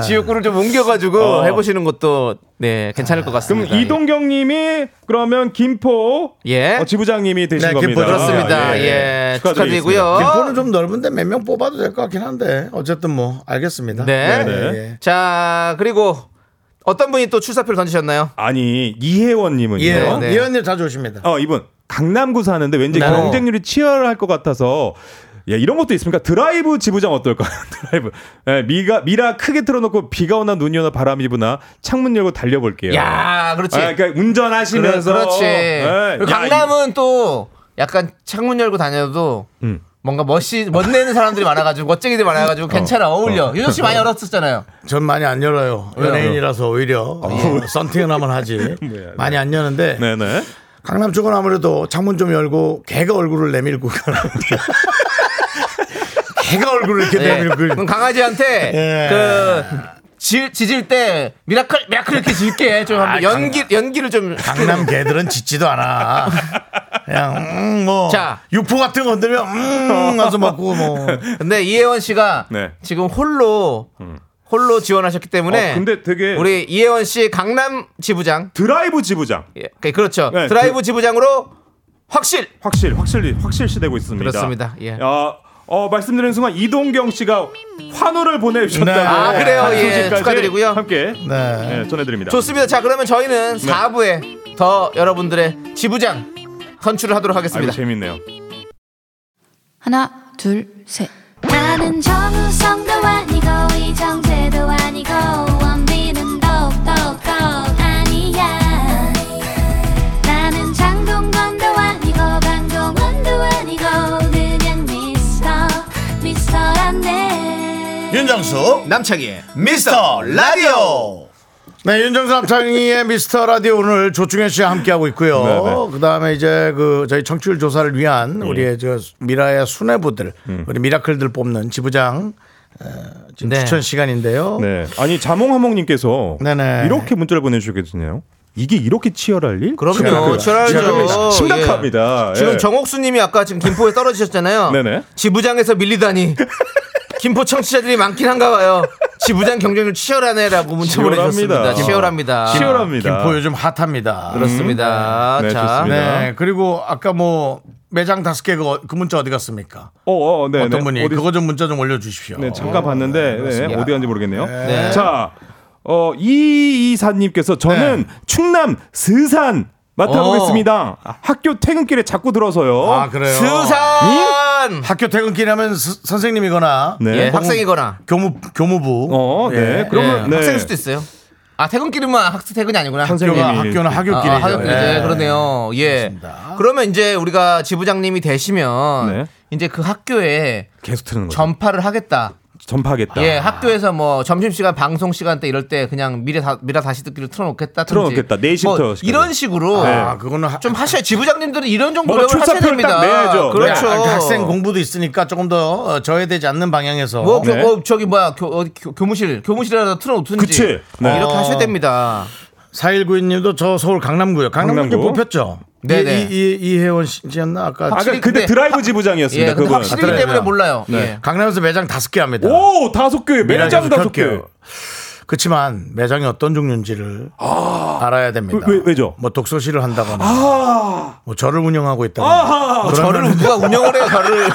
B: 지역구를 좀 옮겨가지고
G: 아. 어. 아,
B: 해보시는 것도 네 괜찮을 것 같습니다.
G: 이동경 님이 그러면 김포
B: 예.
G: 어, 지부장님이 되신
A: 네, 김포
G: 겁니다.
B: 그렇습니다.
G: 아,
B: 예,
G: 축하드리겠습니다.
B: 축하드리고요.
A: 김포는 좀 넓은데 몇 명 뽑아도 될 것 같긴 한데 어쨌든 뭐 알겠습니다.
B: 네.
G: 네.
A: 예.
B: 자 그리고 어떤 분이 또 출사표를 던지셨나요?
G: 아니, 이혜원 님은요.
A: 예,
B: 네.
A: 이현님 자주 오십니다.
G: 어, 이분 강남구 사는데 왠지
B: 네.
G: 경쟁률이 치열할 것 같아서 예, 이런 것도 있습니까? 드라이브 지부장 어떨까요? 드라이브. 예, 미가, 미라 크게 틀어놓고 비가 오나 눈이 오나 바람이 부나 창문 열고 달려볼게요.
B: 야 그렇지.
G: 예. 아, 그러니까
B: 그러-
G: 운전하시면서.
B: 그렇지.
G: 예,
B: 그리고
G: 야,
B: 강남은 또 약간 창문 열고 다녀도
G: 음.
B: 뭔가 멋이 멋내는 사람들이 많아가지고 멋쟁이들이 많아가지고 괜찮아 어울려. 윤정 씨 많이 열었었잖아요.
A: 전 많이 안 열어요. 연예인이라서 오히려 예, 썬팅을 하면 하지. 많이 안 여는데
G: 이- 네네.
A: 강남 쪽은 아무래도 창문 좀 열고 개가 얼굴을 내밀고 가는데 개가 얼굴을 이렇게
B: 예.
A: 내밀고
B: 그럼 강아지한테
A: 예.
B: 그 지, 지질 때 미라클 미라클 이렇게 질게 좀 한번 연기 연기를 좀
A: 강남 개들은 짖지도 않아. 그냥 음뭐
B: 자.
A: 유포 같은 거 건드면 음 와서 먹고 뭐
B: 근데 이혜원 씨가
G: 네.
B: 지금 홀로 홀로 지원하셨기 때문에
G: 어, 근데 되게
B: 네. 우리 이혜원 씨 강남 지부장
G: 드라이브 지부장
B: 예, 그- 그렇죠
G: 네,
B: 드라이브 지부장으로 확실
G: 확실 확실히 확실시되고 있습니다.
B: 그렇습니다. 예.
G: 어, 어, 말씀드리는 순간 이동경 씨가 환호를 보내주셨다고.
A: 네. 아,
B: 그래요?
G: 한
B: 예,
G: 소식까지
B: 축하드리고요.
G: 함께
A: 네.
G: 예, 전해드립니다.
B: 좋습니다 자 그러면
G: 네.
B: 저희는 4부에 더 여러분들의 지부장 선출을 하도록
G: 아이고
B: 하겠습니다
G: 재밌네요.
H: 하나, 둘, 셋.
E: 나는 정우성도 아니고 이정재도 아니고 원빈은 더욱더 아니야 나는 장동건도 아니고 강동원도 아니고 그냥 미스터 미스터란데
A: 윤정수
B: 남창희의
A: 미스터 라디오. 네, 윤정수 남창희의 미스터 라디오 오늘 조충현 씨와 함께하고 있고요.
G: 네네.
A: 그 다음에 이제 그 저희 청취율 조사를 위한 우리의 저 미라의 수뇌부들, 우리 미라클들 뽑는 지부장 어, 지금
B: 네.
A: 추천 시간인데요.
G: 네. 아니 자몽하몽님께서
A: 네네.
G: 이렇게 문자를 보내주셨거든요. 이게 이렇게 치열할 일?
B: 그럼요. 치열하죠.
G: 심각합니다.
B: 예. 지금
G: 예.
B: 정옥수님이 아까 지금 김포에 떨어지셨잖아요.
G: 네네.
B: 지부장에서 밀리다니. 김포 청취자들이 많긴 한가 봐요. 지부장 경쟁률 치열하네라고 문자
G: 치열합니다.
B: 보내주셨습니다.
G: 어.
B: 치열합니다.
G: 치열합니다.
A: 김포 요즘 핫합니다.
B: 그렇습니다.
G: 네,
B: 자,
G: 좋습니다.
A: 네, 그리고 아까 뭐 매장 다섯 개 그, 그 문자 어디 갔습니까?
G: 어, 어, 네, 네.
A: 어떤 분이
G: 어디-
A: 그거 좀 문자 좀 올려주십시오.
G: 네, 잠깐 봤는데 네, 어디 간지 모르겠네요.
B: 네.
G: 자, 어, 이이사님께서 저는
B: 네.
G: 충남 스산 맡아보겠습니다.
B: 어.
G: 학교 퇴근길에 자꾸 들어서요.
A: 아 그래요.
B: 스산
A: 학교 퇴근길 하면 스- 선생님이거나
G: 네.
B: 예, 학생이거나
A: 교무 교무부
G: 어, 네.
A: 예.
G: 그러면
B: 예,
G: 네.
B: 학생일 수도 있어요. 아 퇴근길이면 학생 퇴근이 아니구나.
G: 선생님이-
A: 학교가 학교는 학교끼리
B: 아, 하긴 이제 그러네요. 예. 그러면 이제 우리가 지부장님이 되시면
G: 네.
B: 이제 그 학교에
G: 계속 트는 거죠.
B: 전파를 하겠다.
G: 전파하겠다. 아, 그러니까
B: 예, 학교에서 뭐 점심시간 방송 시간 때 이럴 때 그냥 미래 다, 미라 다시 듣기를 틀어놓겠다. 뭐
G: 틀어놓겠다. 네 시부터 시간에.
B: 이런 식으로
A: 아, 그거는 하-
B: 좀 하셔야 지부장님들은 이런 좀
G: 뭔가
B: 노력을 하셔야
G: 출사표를
B: 됩니다.
G: 딱 내야죠.
B: 그렇죠.
A: 네, 학- 학생 공부도 있으니까 조금 더 어, 저해되지 않는 방향에서
B: 뭐, 교-
G: 네.
B: 뭐 저기 뭐야 교, 어디 교- 교무실 교무실이라도 틀어놓든지 뭐
G: 그치. 네.
B: 이렇게 하셔야 됩니다.
A: 4191님도 저 서울 강남구요. 강남구 좀
G: 강남구.
A: 뽑혔죠.
B: 네네.
A: 이- 이- 이- 이혜원 씨였나 아까
G: 아까
B: 확실히
G: 근데,
B: 근데-
G: 드라이브
B: 예,
G: 지부장이었습니다.
B: 근데
G: 그분.
B: 확실히
A: 아,
B: 때문에
A: 그래요.
B: 몰라요.
G: 네.
B: 예.
A: 강남에서 매장 다섯 개 합니다.
G: 오 다섯 개 매장
A: 미라클에서
G: 다섯 개.
A: 켤게요. 그렇지만 매장이 어떤 종류인지를 알아야 됩니다.
G: 왜- 왜죠? 아.
A: 뭐 독서실을 한다거나 뭐 절을 운영하고 있다거나 뭐
B: 저를
A: 그러면
B: 누가 운영을 해요 저를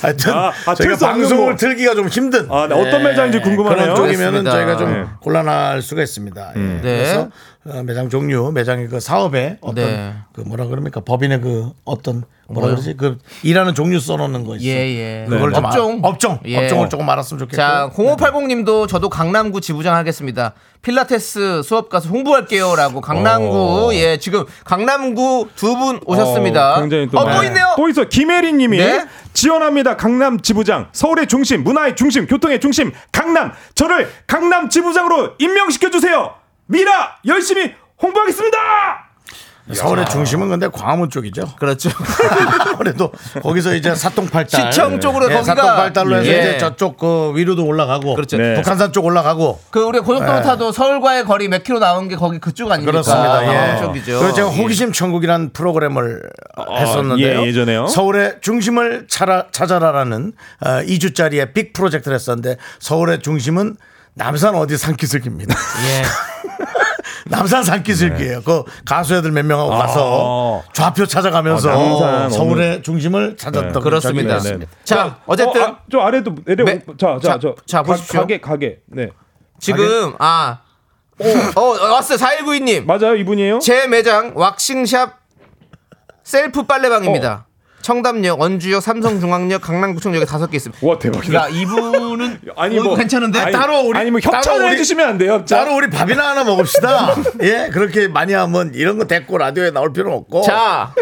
A: 하여튼
G: 아, 아,
A: 저희가
G: 틀수 없는
A: 방송을
G: 거.
A: 틀기가 좀 힘든 예,
G: 아, 네, 어떤 매장인지 궁금하네요.
A: 그런 쪽이면은
B: 그렇습니다.
A: 저희가 좀
G: 네. 음.
A: 곤란할 수가 있습니다. 예. 그래서 어, 매장 종류, 매장의 그 사업의 어떤
B: 네.
A: 그 뭐라 그럽니까 법인의 그 어떤 뭐라 그러지 그 일하는 종류 써놓는 거 있어요.
B: 예, 예.
A: 그걸
B: 네.
A: 좀
B: 업종.
A: 알- 업종,
B: 예.
A: 업종을 조금 알았으면 좋겠고.
B: 자
A: 네.
B: 0580님도 저도 강남구 지부장 하겠습니다 필라테스 수업 가서 홍보할게요라고
A: 어.
B: 강남구 예 지금 강남구 두 분 오셨습니다
G: 어, 굉장히 또,
B: 어, 또
G: 네.
B: 있네요
G: 또 있어. 김혜리 님이
B: 네?
G: 지원합니다. 강남 지부장. 서울의 중심, 문화의 중심, 교통의 중심, 강남. 저를 강남 지부장으로 임명시켜 주세요. 미라 열심히 홍보하겠습니다.
A: 서울의 중심은 근데 광화문 쪽이죠.
B: 그렇죠
A: 아무래도 거기서 이제 사통팔달 예,
B: 시청 쪽으로 거기가-
A: 사통팔달로 해서
B: 예.
A: 이제 저쪽 그 위로도 올라가고
B: 그렇죠.
G: 네.
A: 북한산 쪽 올라가고
B: 그 우리 고속도로 타도 서울과의 거리 몇 킬로 나온 게 거기 그쪽 그러니까 아닙니까
A: 네. 그렇습니다. 예.
B: 쪽이죠
A: 그리고 제가
B: 예.
A: 호기심 천국이란 프로그램을 했었는데요.
G: 예, 예전에요.
A: 서울의 중심을 찾아, 찾아라라는 어, 2주짜리의 빅 프로젝트를 했었는데 서울의 중심은 남산 어디 산기슭입니다.
B: 예.
A: 남산
G: 네.
A: 산기슭이에요. 그 가수 애들 몇 명하고 가서 좌표 찾아가면서
G: 어. 아, 남산
A: 서울의 중심을 찾았던 적이
B: 그렇습니다
A: 있습니다.
G: 네, 네.
B: 자 어쨌든
G: 어, 아, 저 아래도 내려.
B: 네.
G: 자,
B: 자,
G: 자, 저.
B: 자,
G: 가-
B: 보십시오.
G: 가게 가게. 네.
B: 지금 아
A: 네.
B: 어, 어, 왔어요 4192님
G: 맞아요. 이분이에요?
B: 제 매장 왁싱샵 셀프
G: 어.
B: 빨래방입니다 청담역 원주역 삼성중앙역 강남구청역에 다섯 개 있습니다
G: 와, 대박이다.
B: 야 어, 이분은
G: 아니
B: 어,
G: 뭐
B: 괜찮은데
G: 아니,
B: 따로 우리
G: 아니 뭐
A: 따로
G: 협찬을
A: 우리-
G: 해 주시면 안 돼요? 협찬?
A: 따로 우리 밥이나 하나 먹읍시다. 예, 그렇게 많이 하면 이런 거 데리고 라디오에 나올 필요는 없고.
B: 자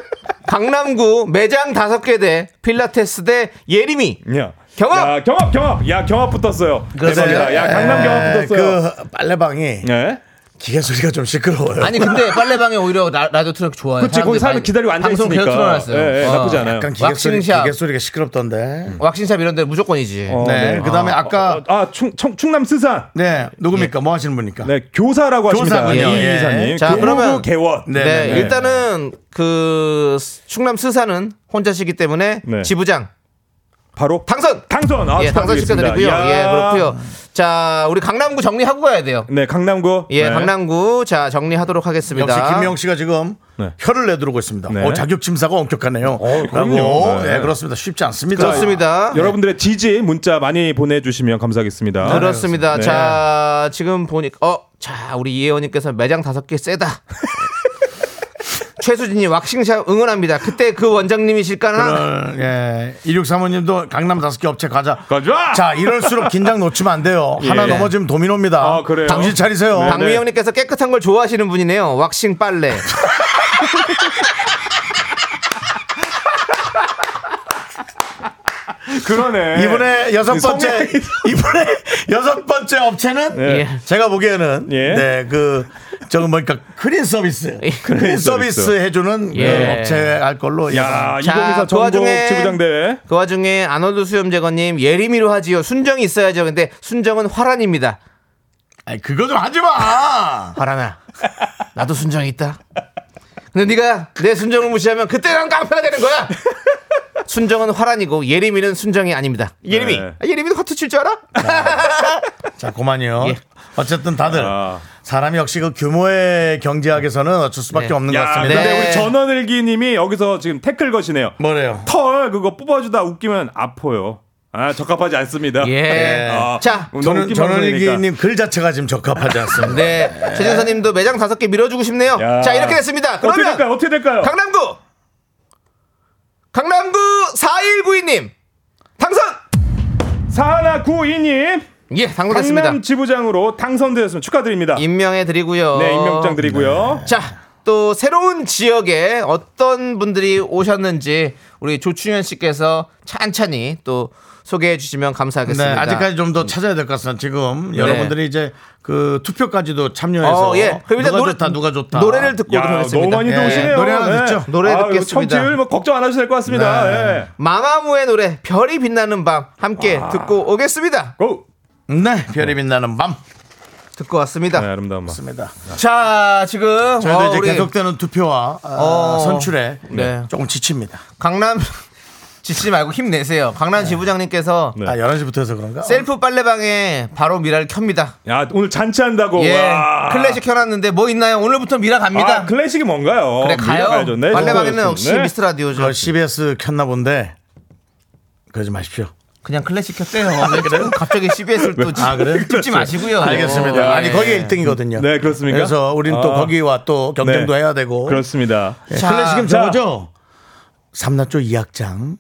B: 강남구 매장 다섯 개 대 필라테스 대 예림이
G: 야.
B: 경합!
G: 야, 경합, 경합. 야, 경합 붙었어요.
A: 그래서,
G: 대박이다. 야, 강남
B: 네.
G: 경합
A: 에,
G: 붙었어요.
A: 그 빨래방이
G: 예.
A: 기계 소리가 좀 시끄러워요.
B: 아니 근데 빨래방에 오히려 라, 라디오 틀어놓기 좋아요
G: 그치, 거기 사람들 기다리고
B: 방송
G: 앉아있으니까.
B: 계속 틀어놨어요
G: 예, 예,
B: 어.
G: 나쁘지 않아요.
A: 약간 기계 소리
B: 왁싱샵.
A: 기계 소리가 시끄럽던데.
B: 왁싱샵 이런 데 무조건이지
G: 어,
A: 네. 그다음에 아까
G: 아, 충, 충, 충남 스산.
A: 네 누굽니까? 뭐 하시는 분입니까?
G: 네, 교사라고 하십니다.
A: 교사군요.
G: 이
A: 예.
G: 이사님.
B: 자,
G: 교무부
B: 그러면-
G: 개원.
A: 네.
B: 네,
A: 네.
B: 일단은 그 스- 충남 스사는 혼자시기 때문에
G: 네.
B: 지부장
G: 바로
B: 당선.
G: 당선. 아,
B: 예, 당선
G: 축하드리겠습니다.
B: 시켜드리고요.
G: 야.
B: 예, 그렇고요. 자, 우리 강남구 정리하고 가야 돼요.
G: 네, 강남구.
B: 예,
G: 네.
B: 강남구 자 정리하도록 하겠습니다.
A: 역시 김명 씨가 지금
G: 네.
A: 혀를 내두르고 있습니다.
G: 네.
A: 어, 자격심사가 엄격하네요.
G: 그럼요.
A: 라고.
G: 네.
A: 네, 그렇습니다. 쉽지 않습니다.
G: 아,
B: 그렇습니다.
G: 여러분들의 지지 문자 많이 보내주시면 감사하겠습니다.
B: 그렇습니다.
G: 네.
B: 자, 지금 보니까 어, 자, 우리 이혜원님께서 매장 다섯 개 세다. 최수진님 왁싱샵 응원합니다. 그때 그 원장님이실까나?
A: 오늘, 네. 예, 1635님도 강남 다섯 개 업체 가자.
G: 가자! 예.
A: 자, 이럴수록 긴장 놓치면 안 돼요. 하나 넘어지면 도미노입니다.
G: 아, 그래요?
A: 당신 차리세요.
G: 네.
B: 박미영님께서 깨끗한 걸 좋아하시는 분이네요. 왁싱 빨래.
G: 그러네.
A: 이번에 여섯 번째
G: 성향이-
A: 이번에 여섯 번째 업체는
G: 예.
A: 제가 보기에는
G: 예.
A: 네그 저거 뭐니까 크린 서비스 크린 서비스
G: 서비스.
A: 해주는
B: 예.
A: 그 업체 할 걸로
G: 야,
A: 야.
B: 자,
G: 2024
B: 그
G: 전국
B: 와중에-
G: 지부장 대회.
B: 그 와중에 아놀드 수염제거님 예림이로 하지요. 순정이 있어야죠. 근데 순정은 화란입니다.
A: 아니, 그거 좀 하지 마.
B: 화란아, 나도 순정이 있다. 근데 네가 내 순정을 무시하면 그때 난 깡패가 되는 거야. 순정은 화란이고 예림이는 순정이 아닙니다. 예림이,
G: 네.
B: 아, 예림이도 커트 칠 줄 알아?
A: 자, 그만요.
B: 예.
A: 어쨌든 다들
G: 아.
A: 사람이 역시 그 규모의 경제학에서는 어쩔 수밖에 없는 것
G: 야,
A: 같습니다.
G: 근데
B: 네.
G: 우리 전원일기님이 여기서 지금 태클 거시네요.
A: 뭐래요?
G: 털 그거 뽑아주다 웃기면 아파요. 아 적합하지 않습니다.
B: 예.
G: 아,
B: 자,
G: 너무
A: 저는
G: 웃긴 방송이니까.
A: 전원일기님 글 자체가 지금 적합하지 않습니다.
B: 네, 최진서님도 매장 다섯 개 밀어주고 싶네요.
G: 야.
B: 자, 이렇게 됐습니다.
G: 어떻게
B: 그러면
G: 될까요? 어떻게 될까요?
B: 강남구, 강남구 4192님 당선.
G: 사하나구이님
B: 예, 당선됐습니다.
G: 강남 지부장으로 당선되었으면 축하드립니다.
B: 임명해 어, 드리고요.
G: 네 임명장 드리고요.
B: 자, 또 새로운 지역에 어떤 분들이 오셨는지 우리 조충현 씨께서 찬찬히 또 소개해 주시면
A: 네,
B: 감사하겠습니다.
A: 아직까지 좀 더 찾아야 될 것 같습니다. 지금 여러분들이 이제 그 투표까지도 참여해서
B: 어, 예. 그럼 일단
A: 누가
B: 노래-
A: 좋다 누가 좋다
B: 노래를 듣고 오도록
G: 야, 너무
B: 하겠습니다.
G: 많이
A: 예,
G: 들어오시네요.
A: 노래 하나 듣죠.
B: 노래
G: 아유,
B: 듣겠습니다. 네.
G: 청취율 뭐 걱정 안 하셔도 될 것 같습니다. 예.
B: 마마무의 노래 별이 빛나는 밤 함께 듣고 오겠습니다.
G: 고.
A: 네, 별이 빛나는 밤.
B: 듣고 왔습니다.
G: 네, 아름다운 마.
A: 입니다.
B: 자, 지금
A: 저희도
B: 어,
A: 이제
B: 우리
A: 계속되는 투표와 아,
B: 어,
A: 선출에
B: 네.
A: 조금 지칩니다.
B: 강남 지치지 말고 힘내세요. 강남 지부장님께서
G: 네.
A: 아 11시부터 해서 그런가?
B: 셀프 빨래방에 바로 미라를 켭니다.
G: 야 오늘 잔치한다고.
B: 예.
G: 와.
B: 클래식 켜놨는데 뭐 있나요? 오늘부터 미라 갑니다.
G: 아, 클래식이 뭔가요?
B: 그래
G: 미라
B: 가요.
G: 가야죠. 네,
B: 빨래방에는
G: 좋아요.
B: 역시
G: 네.
B: 미스터 라디오죠.
A: 그 CBS 켰나 본데 그러지 마십시오.
B: 그냥 클래식 켰대요. 왜 갑자기 CBS를 또
A: 아, 그래요?
B: 찍지 마시고요.
A: 알겠습니다.
B: 예.
A: 아니 거기 1등이거든요.
G: 네, 그렇습니까?
A: 그래서 우린 또
G: 아.
A: 거기와 또 경쟁도
G: 네.
A: 해야 되고.
G: 그렇습니다.
A: 예,
B: 자,
A: 클래식은
G: 자.
A: 저거죠. 삼나조 이악장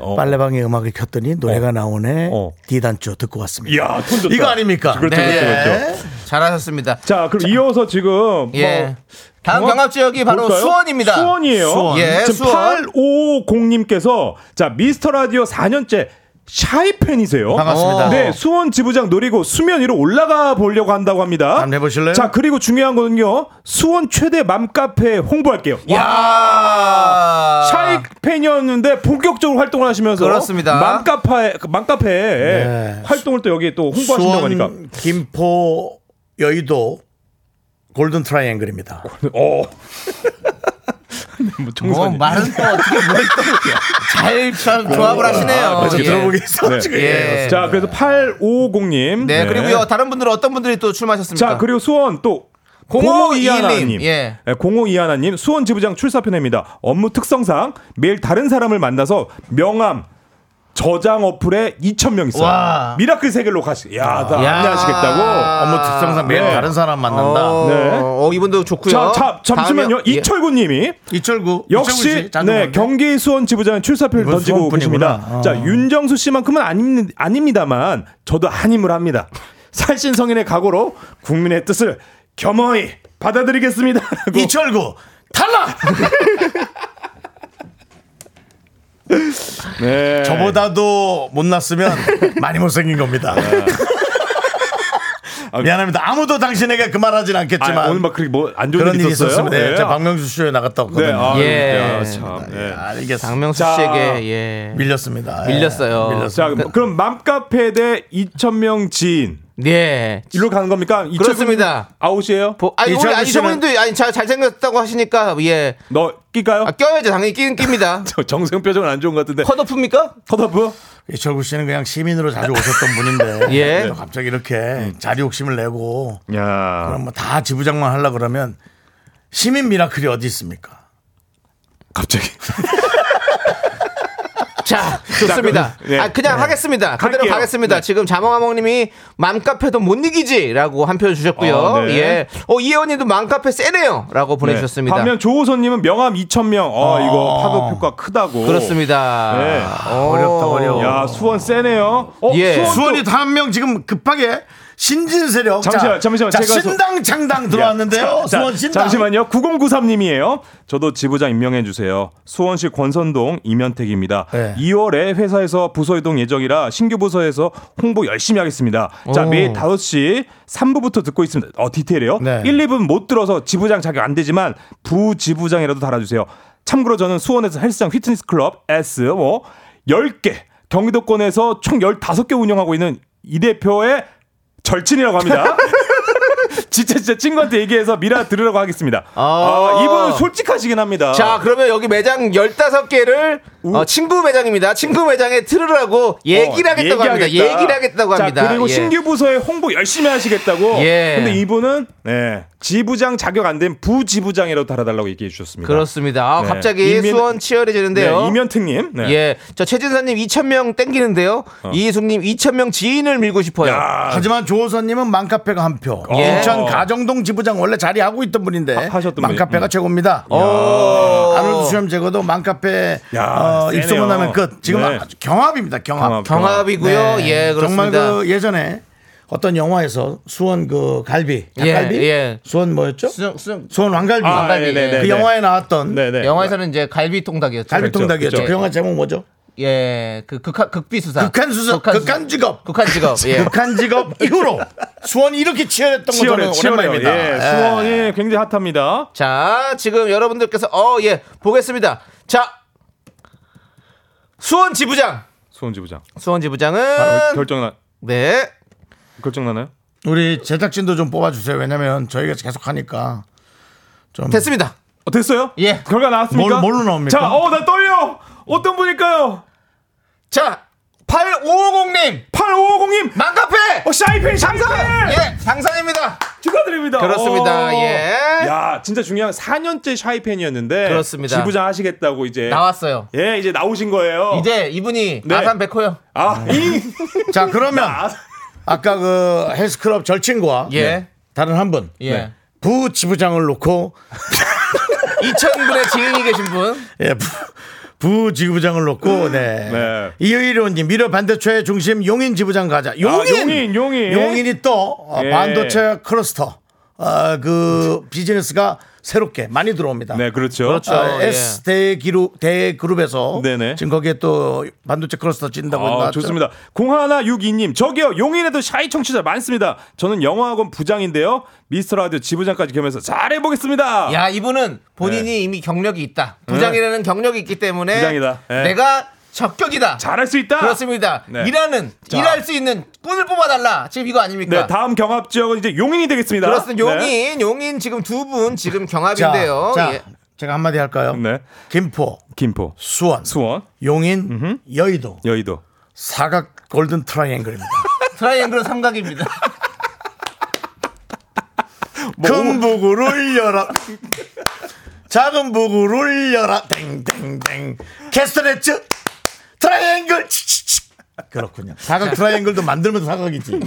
G: 어.
A: 빨래방에 음악을 켰더니 노래가 나오네.
G: 어.
A: 디단조 듣고 왔습니다.
G: 이야, 톤 좋다.
A: 이거 아닙니까?
G: 그렇죠,
B: 네.
G: 그렇죠, 그렇죠.
B: 잘하셨습니다.
G: 자, 그럼 이어서 지금
B: 예.
G: 뭐
B: 다음
G: 경합-
B: 경합 지역이 바로
G: 볼까요?
B: 수원입니다.
G: 수원이에요.
B: 수원. 예,
G: 지금
B: 수원.
G: 850님께서 자 미스터 라디오 4년째 샤이 팬이세요.
B: 반갑습니다.
G: 네, 수원 지부장 노리고 수면 위로 올라가 보려고 한다고 합니다.
B: 아,
A: 한번
B: 네.
A: 해보실래요?
G: 자, 그리고 중요한 건요. 수원 최대 맘카페 홍보할게요.
B: 야
G: 샤이 팬이었는데 본격적으로 활동을 하시면서
B: 그렇습니다.
G: 맘카페 맘카페
A: 네.
G: 활동을 또 여기 또 홍보하신다고 하니까.
A: 수원, 김포, 여의도 골든 트라이앵글입니다.
G: 어.
B: 뭐 말은 또 어떻게 뭐 뭘또잘 조합을 하시네요.
A: 아, 저
B: 예.
A: 들어보겠어.
G: 네.
A: 지금.
B: 예.
G: 자, 그래서 850님.
B: 네, 그리고요 다른 분들은 어떤 분들이 또 출마하셨습니까?
G: 자, 그리고 수원 또
B: 0521님.
G: 0521님.
B: 그러니까. 예.
G: 0521님, 수원 지부장 출사표냅니다. 업무 특성상 매일 다른 사람을 만나서 명함, 저장 어플에 2,000명 있어요.
B: 와.
G: 미라클 세계로 가시, 야, 다
B: 야.
G: 안내하시겠다고.
A: 업무 특성상 매일
G: 네.
A: 다른 사람 만난다.
B: 어,
G: 네.
B: 어, 이분도 좋고요.
G: 자, 자, 잠시만요.
B: 다음이요. 예.
G: 이철구 님이
A: 이철구
G: 역시 네, 경기 수원 지부장 출사표를
A: 이건
G: 던지고
A: 수원뿐이구나.
G: 계십니다. 자, 윤정수 씨만큼은 아닙, 아닙니다만 저도 한임을 합니다. 살신성인의 각오로 국민의 뜻을 겸허히 받아들이겠습니다.
A: 예.
G: 라고.
A: 이철구 탈락.
G: 네.
A: 저보다도 못났으면 많이 못생긴 겁니다.
G: 네.
A: 미안합니다. 아무도 당신에게 그 말하진
G: 아,
A: 않겠지만
G: 오늘 막 그렇게 뭐 안 좋은
A: 그런 일이 있었으면 네,
G: 네.
A: 제가 박명수 쇼에 아, 나갔다 왔거든요.
G: 네, 아,
B: 예.
G: 야, 참, 네.
A: 알겠습니다.
B: 박명수
G: 자.
B: 씨에게 예.
A: 밀렸습니다. 예.
B: 밀렸어요.
G: 자,
A: 밀렸어요.
G: 그럼- 뭐 그럼 맘카페 대 2,000명 지인.
B: 네.
G: 일로 가는 겁니까? 이철구
B: 그렇습니다.
G: 님 아웃이에요?
B: 보, 아니 우리
A: 이철구
B: 아니
A: 씨는-
B: 저분도 아니 잘 잘생겼다고 하시니까 예.
G: 너 낄까요?
B: 아, 껴야죠 당연히 끼는 낍니다.
G: 저 정세영 표정은 안 좋은 것 같은데.
B: 컷오프입니까?
G: 컷오프?
A: 이철구 씨는 그냥 시민으로 자주 오셨던 분인데
B: 예.
A: 또 갑자기 이렇게 자리 욕심을 내고
G: 야.
A: 그럼 뭐 다 지부장만 하려 그러면 시민 미라클이 어디 있습니까?
G: 갑자기.
B: 자, 좋습니다.
G: 그럼, 네.
B: 아, 그냥 하겠습니다. 그대로
G: 갈게요.
B: 가겠습니다. 지금 자몽아몽님이 맘카페도 못 이기지라고 한 표 주셨고요.
G: 어, 네.
B: 예, 어 이혜원님도 맘카페 세네요라고 보내주셨습니다.
G: 네. 반면 조호선님은 명함 2,000명. 어,
A: 아.
G: 이거 파급 효과 크다고.
B: 그렇습니다.
G: 네.
B: 어,
A: 어렵다, 어려워.
G: 야, 수원 세네요. 어,
B: 예.
G: 수원 또-
A: 수원이 한 명 지금 급하게 신진세력
G: 잠시만요,
A: 자,
G: 잠시만요.
A: 자,
G: 제가 수-
A: 신당 창당 들어왔는데요.
G: 예. 자,
A: 수원 신당
G: 잠시만요. 9093님이에요. 저도 지부장 임명해 주세요. 수원시 권선동 이면택입니다.
A: 네.
G: 2월에 회사에서 부서 이동 예정이라 신규 부서에서 홍보 열심히 하겠습니다. 자,
B: 오.
G: 매일 5시 3부부터 듣고 있습니다. 어, 디테일이요.
A: 네.
G: 1, 2분 못 들어서 지부장 자격 안 되지만 부지부장이라도 달아 주세요. 참고로 저는 수원에서 헬스장 휘트니스 클럽 S 뭐 10개, 경기도권에서 총 15개 운영하고 있는 이 대표의 절친이라고 합니다. 진짜 진짜 친구한테 얘기해서 미라 들으라고 하겠습니다. 아,
B: 아.
G: 이분 솔직하시긴 합니다.
B: 자, 그러면 여기 매장 15개를 어, 친구 매장입니다. 친구 매장에 틀으라고 얘기를
G: 어,
B: 하겠다고
G: 얘기하겠다.
B: 합니다. 얘기를 하겠다고
G: 자,
B: 합니다.
G: 그리고
B: 예.
G: 신규 부서에 홍보 열심히 하시겠다고.
B: 예.
G: 근데 이분은 네, 지부장 자격 안 된 부지부장이라고 달아달라고 얘기해 주셨습니다.
B: 그렇습니다. 아,
G: 네.
B: 갑자기
G: 이민-
B: 수원 치열해지는데요.
G: 네, 이면택님. 네. 어.
B: 예, 저 최진사님 2,000명 땡기는데요. 이희숙님 2,000명 지인을 밀고 싶어요.
G: 야,
A: 하지만 조호선님은 맘카페가 한 표.
B: 예.
A: 인천 가정동 지부장 원래 자리 하고 있던 분인데
G: 어. 하- 하셨던
A: 맘카페가
G: 분이- 음.
A: 최고입니다.
B: 어,
A: 아놀드 수염 제거도 맘카페
G: 야,
A: 어,
G: 세네요.
A: 입소문 나면 끝. 지금
G: 네.
A: 아주 경합입니다.
G: 경합.
A: 경합.
B: 경합이고요.
A: 네.
B: 예, 그렇습니다.
A: 정말 그 예전에 어떤 영화에서 수원 그 갈비, 닭갈비,
B: 예, 예.
A: 수원 뭐였죠?
B: 수정, 수정.
A: 수원 왕갈비.
G: 아,
B: 왕갈비.
G: 네, 네, 네,
A: 그
G: 네.
A: 영화에 나왔던
G: 네, 네.
B: 영화에서는 이제 갈비통닭이었죠.
A: 갈비통닭이었죠.
B: 그렇죠.
A: 그 영화 제목 뭐죠?
B: 예, 그 극한 극비 수사.
A: 극한 수사, 극한 직업.
B: 극한 직업.
G: 그렇죠.
B: 예.
A: 북한 직업 이후로 수원이 이렇게 치열했던 거
G: 치열해,
A: 저는
G: 치열해요.
A: 오랜만입니다.
G: 예,
A: 예.
G: 수원이 굉장히 핫합니다.
B: 자, 지금 여러분들께서 어, 예, 보겠습니다. 자. 수원 지부장.
G: 수원 지부장.
B: 수원
G: 아,
B: 지부장은
G: 결정 나
B: 네.
G: 결정 나나요?
A: 우리 제작진도 좀 뽑아주세요. 왜냐면 저희가 계속 하니까 좀
B: 됐습니다.
G: 어, 됐어요?
B: 예.
G: 결과 나왔습니까?
A: 뭘- 뭘로 나옵니까?
G: 자, 어, 나 떨려. 어떤 분일까요?
D: 자, 8550님
G: 8550님
D: 망카페
G: 어, 샤이페
D: 당선
G: 샤이페
D: 예 당선입니다.
G: 축하드립니다.
B: 그렇습니다.
G: 어.
B: 예.
G: 야 진짜 중요한 4년째 샤이팬이었는데
B: 그렇습니다.
G: 지부장 하시겠다고 이제
B: 나왔어요.
G: 예 이제 나오신 거예요.
B: 이제 음. 이분이
G: 네.
B: 아산 백호요.
G: 아이 아,
A: 자, 그러면 아까 그 헬스클럽 절친과
B: 예.
A: 네, 다른 한 분.
B: 예.
A: 네. 부 지부장을 놓고
B: 2000분의 지인이 계신 분.
A: 예, 부, 부 지부장을 놓고 네.
G: 네.
A: 이의료님 미래 반도체의 중심 용인 지부장 가자. 용인,
G: 아, 용인, 용인.
A: 이또 어,
G: 예.
A: 반도체 클러스터 어, 그 비즈니스가 새롭게 많이 들어옵니다.
G: 네 그렇죠.
B: 그렇죠.
A: 아,
B: 예.
A: S 대기룹 대그룹에서
G: 네네.
A: 지금 거기에 또 반도체 클러스터 찐다고
G: 아,
A: 나왔죠.
G: 좋습니다. 0162님, 저기요, 용인에도 샤이 청취자 많습니다. 저는 영어학원 부장인데요. 미스터 라디오 지부장까지 겸해서 잘해보겠습니다.
B: 야, 이분은 본인이 이미 경력이 있다. 부장이라는 경력이 있기 때문에
G: 네. 부장이다. 예.
B: 내가 적격이다.
G: 잘할 수 있다!
B: 그렇습니다.
G: 네.
B: 일하는
G: 자.
B: 일할 수 있는 꾼을 뽑아달라. 지금 이거 아닙니까?
G: 네, 다음 경합 지역은 이제 용인이 되겠습니다.
B: 그렇습니다.
G: 네.
B: 용인, 용인 지금 두 분 지금
A: 자,
B: 경합인데요.
A: 자,
B: 예.
A: 제가 한마디 할까요?
G: 네.
A: 김포,
G: 김포,
A: 수원,
G: 수원,
A: 용인, 여의도
G: 여의도.
A: 사각 골든 트라이앵글입니다.
B: 트라이앵글 삼각입니다. 뭐,
A: 큰 북을 울려라. 작은 북을 울려라. 땡땡땡. 캐스터넷츠 트라이앵글. 치치치. 그렇군요. 사각 트라이앵글도 만들면 사각이지.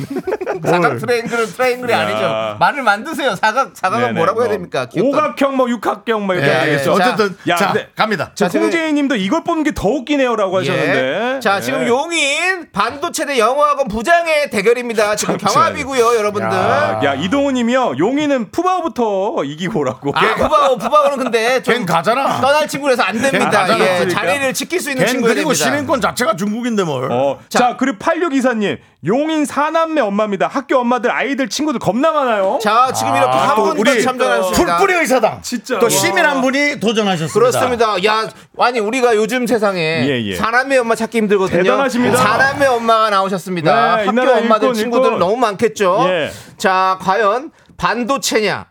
B: 사각 트라이앵글은 트라이앵글이 아니죠. 말을 만드세요. 사각 사각은
G: 네네,
B: 아, 뭐라고 해야
G: 뭐
B: 됩니까? 귀엽다.
G: 오각형, 뭐 육각형, 뭐 이렇게.
A: 예,
G: 하겠습니다.
A: 알겠어.
B: 자,
A: 어쨌든
G: 야,
A: 자,
G: 근데-
A: 갑니다.
G: 자,
B: 자, 지금-
G: 홍재희님도 이걸 뽑는 게 더 웃기네요라고
B: 예.
G: 하셨는데.
B: 자 지금
G: 예.
B: 용인 반도체 대 영어학원 부장의 대결입니다. 지금 경합이고요, 여러분들.
G: 아, 야 이동훈님이요. 용인은 푸바오부터 이기고라고.
B: 아, 부바오, 부바오는 근데 좀
A: 걘 가잖아.
B: 떠날 친구라서 안 됩니다.
A: 가잖아,
B: 예,
G: 그러니까.
B: 자리를 지킬 수 있는
A: 걘
B: 친구가
A: 그리고
B: 됩니다.
A: 시민권 자체가 중국인데 뭘.
G: 어, 자, 그리고 8624님 용인 사남매 엄마입니다. 학교 엄마들 아이들 친구들 겁나 많아요.
B: 자, 지금 이렇게
G: 아,
B: 한
G: 또
B: 분도
G: 우리
B: 참전하셨습니다.
A: 풀뿌리 의사당.
G: 진짜.
A: 또
G: 와.
A: 시민 한 분이 도전하셨습니다.
B: 그렇습니다. 야, 아니 우리가 요즘 세상에
G: 예, 예.
B: 사람의 엄마 찾기 힘들거든요.
G: 대단하십니다.
B: 사람의 엄마가 나오셨습니다.
G: 네, 이
B: 학교
G: 나라
B: 엄마들
G: 일꾼,
B: 친구들
G: 일꾼.
B: 너무 많겠죠.
G: 예.
B: 자, 과연 반도체냐?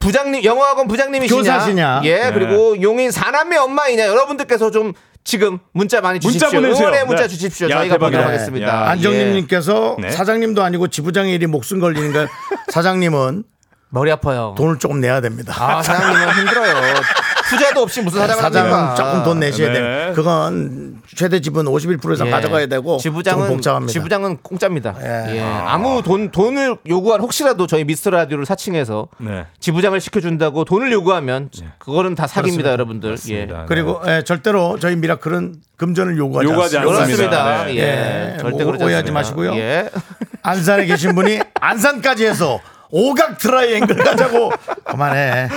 B: 부장님 영어학원 부장님이시냐?
A: 교사시냐?
B: 예,
G: 네.
B: 그리고 용인 사람의 엄마이냐? 여러분들께서 좀 지금 문자 많이
G: 문자
B: 주십시오.
G: 보내세요.
B: 응원의 문자
G: 네.
B: 주십시오.
G: 야,
B: 저희가
G: 대박이다.
B: 보도록 하겠습니다.
G: 야.
B: 예.
A: 안정님님께서
G: 네.
A: 사장님도 아니고 지부장의 일이 목숨 걸리니까 사장님은
B: 머리 아파요.
A: 돈을 조금 내야 됩니다.
B: 아, 사장님은 힘들어요. 투자도 없이 무슨 사장을 합니까?
A: 아, 사장은 조금 돈 내셔야
G: 네.
A: 돼요. 그건 최대 지분 51% 이상
B: 예.
A: 가져가야 되고
B: 지부장은
A: 좀 복잡합니다.
B: 지부장은 공짜입니다.
A: 예.
B: 예. 아무 돈 돈을 요구한 혹시라도 저희 미스터 라디오를 사칭해서
G: 네.
B: 지부장을 시켜준다고 돈을 요구하면 예. 그거는 다 사기입니다, 여러분들. 예.
A: 그리고 예, 절대로 저희 미라클은 금전을 요구하지,
G: 요구하지
A: 않습니다.
G: 않습니다.
B: 그렇습니다.
G: 네.
B: 예.
A: 예.
B: 절대
A: 뭐
B: 그렇지
A: 오해하지
B: 않습니다.
A: 마시고요.
B: 예.
A: 안산에 계신 분이 안산까지 해서 오각 트라이앵글 가자고 그만해.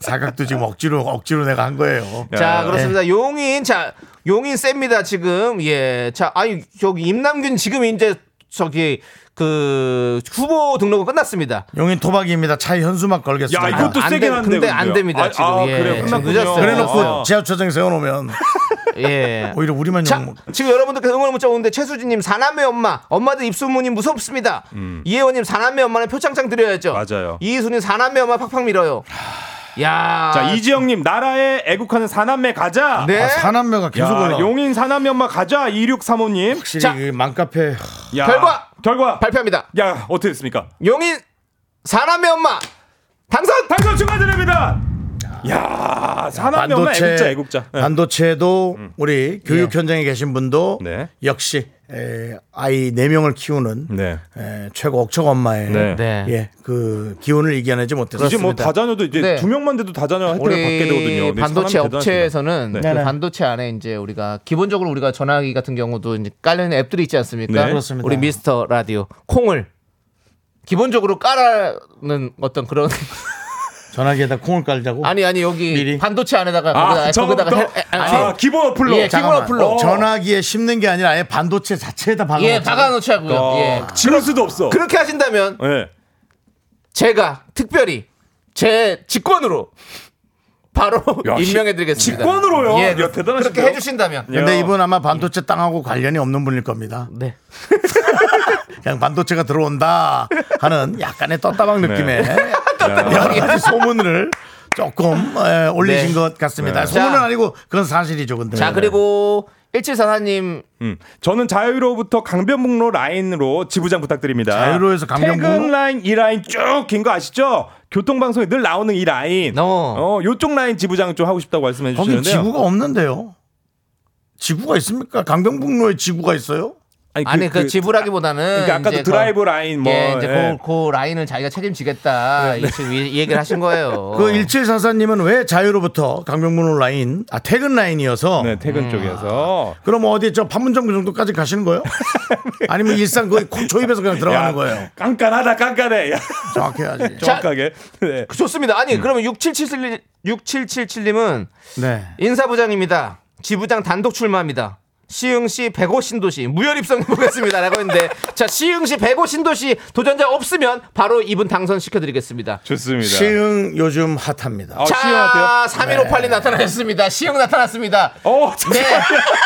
A: 사각도 지금 억지로 억지로 내가 한 거예요.
B: 자, 그렇습니다. 용인 자, 용인 셉니다, 지금. 예. 자, 아니 저기 임남균 지금 이제 저기 그 후보 등록은 끝났습니다.
A: 용인 토박이입니다. 차에 현수막 걸겠습니다.
G: 야 이것도
B: 아, 안
G: 세긴
B: 돼,
G: 한데
B: 근데 안
G: 그죠?
B: 됩니다,
G: 아,
B: 지금.
G: 아,
B: 예.
G: 그래요.
B: 지금
G: 끝났군요. 아.
B: 늦었어요.
A: 그래놓고
B: 어.
A: 지하철장 세워놓으면
B: 예.
A: 오히려 우리만
B: 자,
A: 욕
B: 지금 여러분들께서 응원 문자 오는데 최수진님 사남의 엄마, 엄마들 입소문이 무섭습니다. 이혜원님 사남의 엄마는 표창장 드려야죠.
G: 음. 맞아요.
B: 이희수님 사남의 엄마 팍팍 밀어요. 야,
G: 자 이지영님 나라에 애국하는 사남매 가자.
B: 아, 네.
A: 아, 사남매가 계속
G: 야,
A: 올라.
G: 용인 사남매 엄마 가자 2635님.
A: 확실히
B: 자.
A: 이 맘카페
G: 야,
B: 결과!
G: 결과.
B: 발표합니다.
G: 야 어떻게 됐습니까?
B: 용인 사남의 엄마 당선.
G: 당선 축하드립니다. 야 사남매 엄마 애국자 애국자. 네. 예.
A: 반도체도 우리 교육 현장에 계신 분도
G: 네.
A: 역시 에, 아이 네 명을 키우는
G: 네.
A: 에, 최고 억척 엄마의
G: 네.
B: 네.
A: 예, 그 기운을 이겨내지 못해서
G: 이제 뭐
B: 그렇습니다.
G: 다자녀도 이제
B: 네.
G: 두 명만 돼도 다자녀 혜택을 받게 되거든요.
B: 우리
G: 네,
B: 반도체
G: 사람이 대단하십니다.
B: 업체에서는
G: 네.
B: 그 반도체 안에 이제 우리가 기본적으로 우리가 전화기 같은 경우도 이제 깔려있는 앱들이 있지 않습니까?
G: 네.
A: 그렇습니다.
B: 우리 미스터 라디오 콩을 기본적으로 깔아는 어떤 그런
A: 전화기에다 콩을 깔자고
B: 아니 아니 여기
A: 미리?
B: 반도체 안에다가
G: 아,
B: 거기다가
G: 저거
B: 거기다가
G: 또-
B: 해- 아, 아니,
G: 아, 기본 어플로.
B: 예, 기본
A: 잠깐만.
B: 어플로
A: 어. 전화기에 심는 게 아니라 아예 반도체 자체에다 박아
B: 예 박아놓자고요.
G: 어,
B: 예.
G: 지울 수도 없어.
B: 그렇게 하신다면
G: 네.
B: 제가 특별히 제 직권으로 바로
G: 야,
B: 임명해드리겠습니다. 예,
G: 직권으로요? 야,
B: 그렇-
G: 대단하신데요?
B: 그렇게 해주신다면
A: 근데
G: 야.
A: 이분 아마 반도체 땅하고 관련이 없는 분일 겁니다.
B: 네.
A: 그냥 반도체가 들어온다 하는 약간의 떴다방 느낌의
G: 네.
A: 여러 가지 소문을 조금 에, 올리신
B: 네.
A: 것 같습니다.
B: 자. 네,
A: 소문은 아니고 그건 사실이죠. 근데
B: 자 그리고 1744님
G: 음. 저는 자유로부터 강변북로 라인으로 지부장 부탁드립니다.
A: 자유로에서 강변북로?
G: 퇴근 라인 이 라인 쭉 긴 거 아시죠? 교통방송에 늘 나오는 이 라인.
B: 어.
G: 어, 요쪽 라인 지부장 좀 하고 싶다고 말씀해
A: 거기
G: 네. 주시는데요.
A: 지구가 없는데요. 지구가 있습니까? 강변북로에 지구가 있어요?
B: 아니 그, 지불하기보다는
G: 그러니까 아까도
B: 이제
G: 드라이브
B: 그-
G: 라인 뭐,
B: 예, 이제
G: 예. 네.
B: 그, 그 라인을 자기가 책임지겠다 이, 지금 이, 이 얘기를 하신 거예요.
A: 그 1744님은 왜 자유로부터 강변북로 라인, 아, 퇴근 라인이어서
G: 네, 퇴근 쪽에서.
A: 그럼 어디 저 판문점 그 정도까지 가시는 거예요? 아니면 일산 거의 콕 조입해서 그냥 들어가는
G: 야,
A: 거예요?
G: 깐깐하다, 깐깐해. 야,
A: 정확해야지.
G: 정확하게. 네.
B: 좋습니다. 아니 그러면 6777 6777님은
A: 네.
B: 인사부장입니다. 지부장 단독 출마합니다. 시흥시 105 신도시 무혈 입성 해보겠습니다라고 했는데 자 시흥시 105 신도시 도전자 없으면 바로 이분 당선시켜드리겠습니다.
G: 좋습니다.
A: 시흥 요즘 핫합니다.
G: 아, 시원한데요?
B: 자 3158님 나타나셨습니다. 시흥 나타났습니다.
G: 어,
B: 네.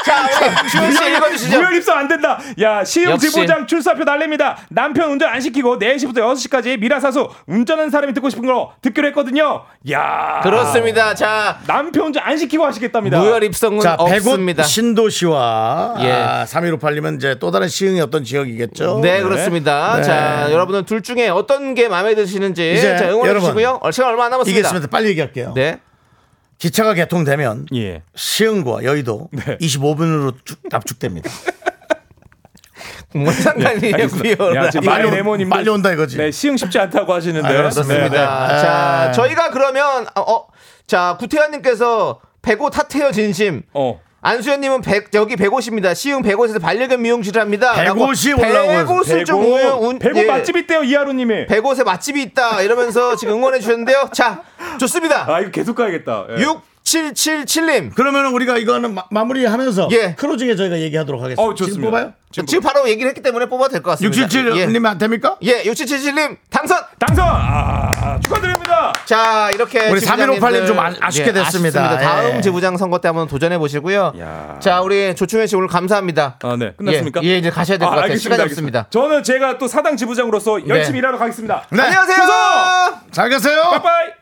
B: 자 우리 주현 씨 읽어주시죠.
G: 무혈 입성 안 된다. 야, 시흥
B: 역시.
G: 지부장 출사표 날립니다. 남편 운전 안 시키고 4시부터 6시까지 미라사수 운전하는 사람이 듣고 싶은 거 듣기로 했거든요. 야.
B: 그렇습니다. 자
G: 남편 운전 안 시키고 하시겠답니다.
B: 무혈 입성은
A: 자,
B: 없습니다.
A: 백옷 신도시와
B: 예.
A: 아, 3158님은 이제 또 다른 시흥의 어떤 지역이겠죠.
B: 네 그렇습니다.
A: 네.
B: 자 여러분은 둘 중에 어떤 게 마음에 드시는지
A: 이제
B: 자, 응원해
A: 여러분,
B: 주시고요. 어, 시간 얼마 안 남았습니다.
A: 이겠습니다. 빨리 얘기할게요.
B: 네.
A: 기차가 개통되면
G: 예.
A: 시흥과 여의도
B: 네.
A: 25분으로 납축됩니다.
B: 뭔 상관이에요,
G: 네,
B: 예.
G: 알겠습니다.
B: 구요.
G: 야, 지금
A: 빨리,
G: 마이 레몬님
A: 빨리 온다 이거지.
G: 네, 시흥 쉽지 않다고 하시는데.
A: 아, 그렇습니다.
G: 네, 네.
B: 그렇습니다.
A: 네.
B: 자,
A: 네.
B: 저희가 그러면 어, 어, 자 구태환님께서 백오 탓해요 진심.
G: 어.
B: 안수현님은 백- 여기 105입니다. 시흥 105에서 반려견 미용실을 합니다.
A: 백옷이 올라오고
B: 백옷을 좀 운영- 운-
G: 배구, 배구
B: 예.
G: 맛집 있대요, 이하로 님이.
B: 105에 맛집이 있다 이러면서 지금 응원해 주셨는데요. 자, 좋습니다.
G: 아, 이거 계속 가야겠다.
A: 네.
G: 예.
B: 6777님.
A: 그러면 은 우리가 이거는 마, 무리하면서
B: 예.
A: 크로징에 저희가 얘기하도록 하겠습니다.
G: 어, 좋습니다.
A: 지금 뽑아요?
B: 지금, 바로 얘기를 했기 때문에 뽑아도 될 것 같습니다.
A: 677님 안 됩니까?
B: 예. 예, 6777님 당선.
G: 당선! 아, 축하드립니다.
B: 자, 이렇게
A: 우리
B: 지부장님들, 예,
A: 3158님 좀 아- 아쉽게 됐습니다.
B: 아쉽습니다. 다음
A: 예.
B: 지부장 선거 때 한번 도전해 보시고요.
G: 야.
B: 자, 우리 조충현 씨 오늘 감사합니다.
G: 아, 네. 끝났습니까?
B: 예, 예, 이제 가셔야 될 것
G: 아,
B: 같아요.
G: 알겠습니다,
B: 시간이
G: 알겠습니다.
B: 없습니다.
G: 저는 제가 또 사당 지부장으로서 열심히
B: 네.
G: 일하러 가겠습니다.
A: 네.
B: 안녕하세요.
G: 주소!
A: 잘 가세요.
G: 빠이빠이.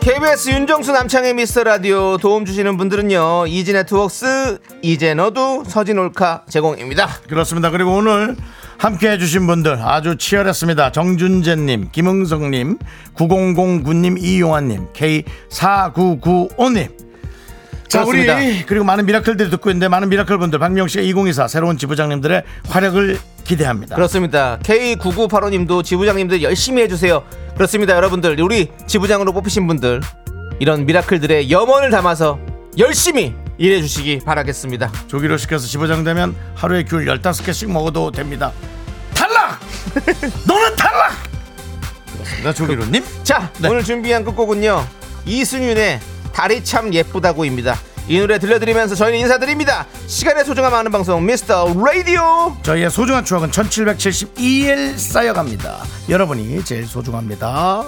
B: KBS 윤정수 남창의 미스터 라디오 도움 주시는 분들은요. 이지 네트웍스, 이제 너도, 서진 올카 제공입니다.
A: 그렇습니다. 그리고 오늘 함께 해주신 분들 아주 치열했습니다. 정준재님, 김흥성님, 9009님, 이용환님, K4995님. 자, 우리
B: 그렇습니다.
A: 그리고 많은 미라클들이 듣고 있는데 많은 미라클 분들 박명 씨의 2024 새로운 지부장님들의 활약을 기대합니다.
B: 그렇습니다. K9985님도 지부장님들 열심히 해주세요. 그렇습니다, 여러분들. 우리 지부장으로 뽑히신 분들, 이런 미라클들의 염원을 담아서 열심히 일해주시기 바라겠습니다.
A: 조기로 시켜서 지부장 되면 하루에 귤 15개씩 먹어도 됩니다. 탈락! 너는 탈락! 나 조기로님?
B: 자,
A: 네.
B: 오늘 준비한 끝곡은요. 이승윤의 달이 참 예쁘다고입니다. 이 노래 들려드리면서 저희는 인사드립니다. 시간의 소중함 아는 방송 미스터 라디오.
A: 저희의 소중한 추억은 1772일 쌓여갑니다. 여러분이 제일 소중합니다.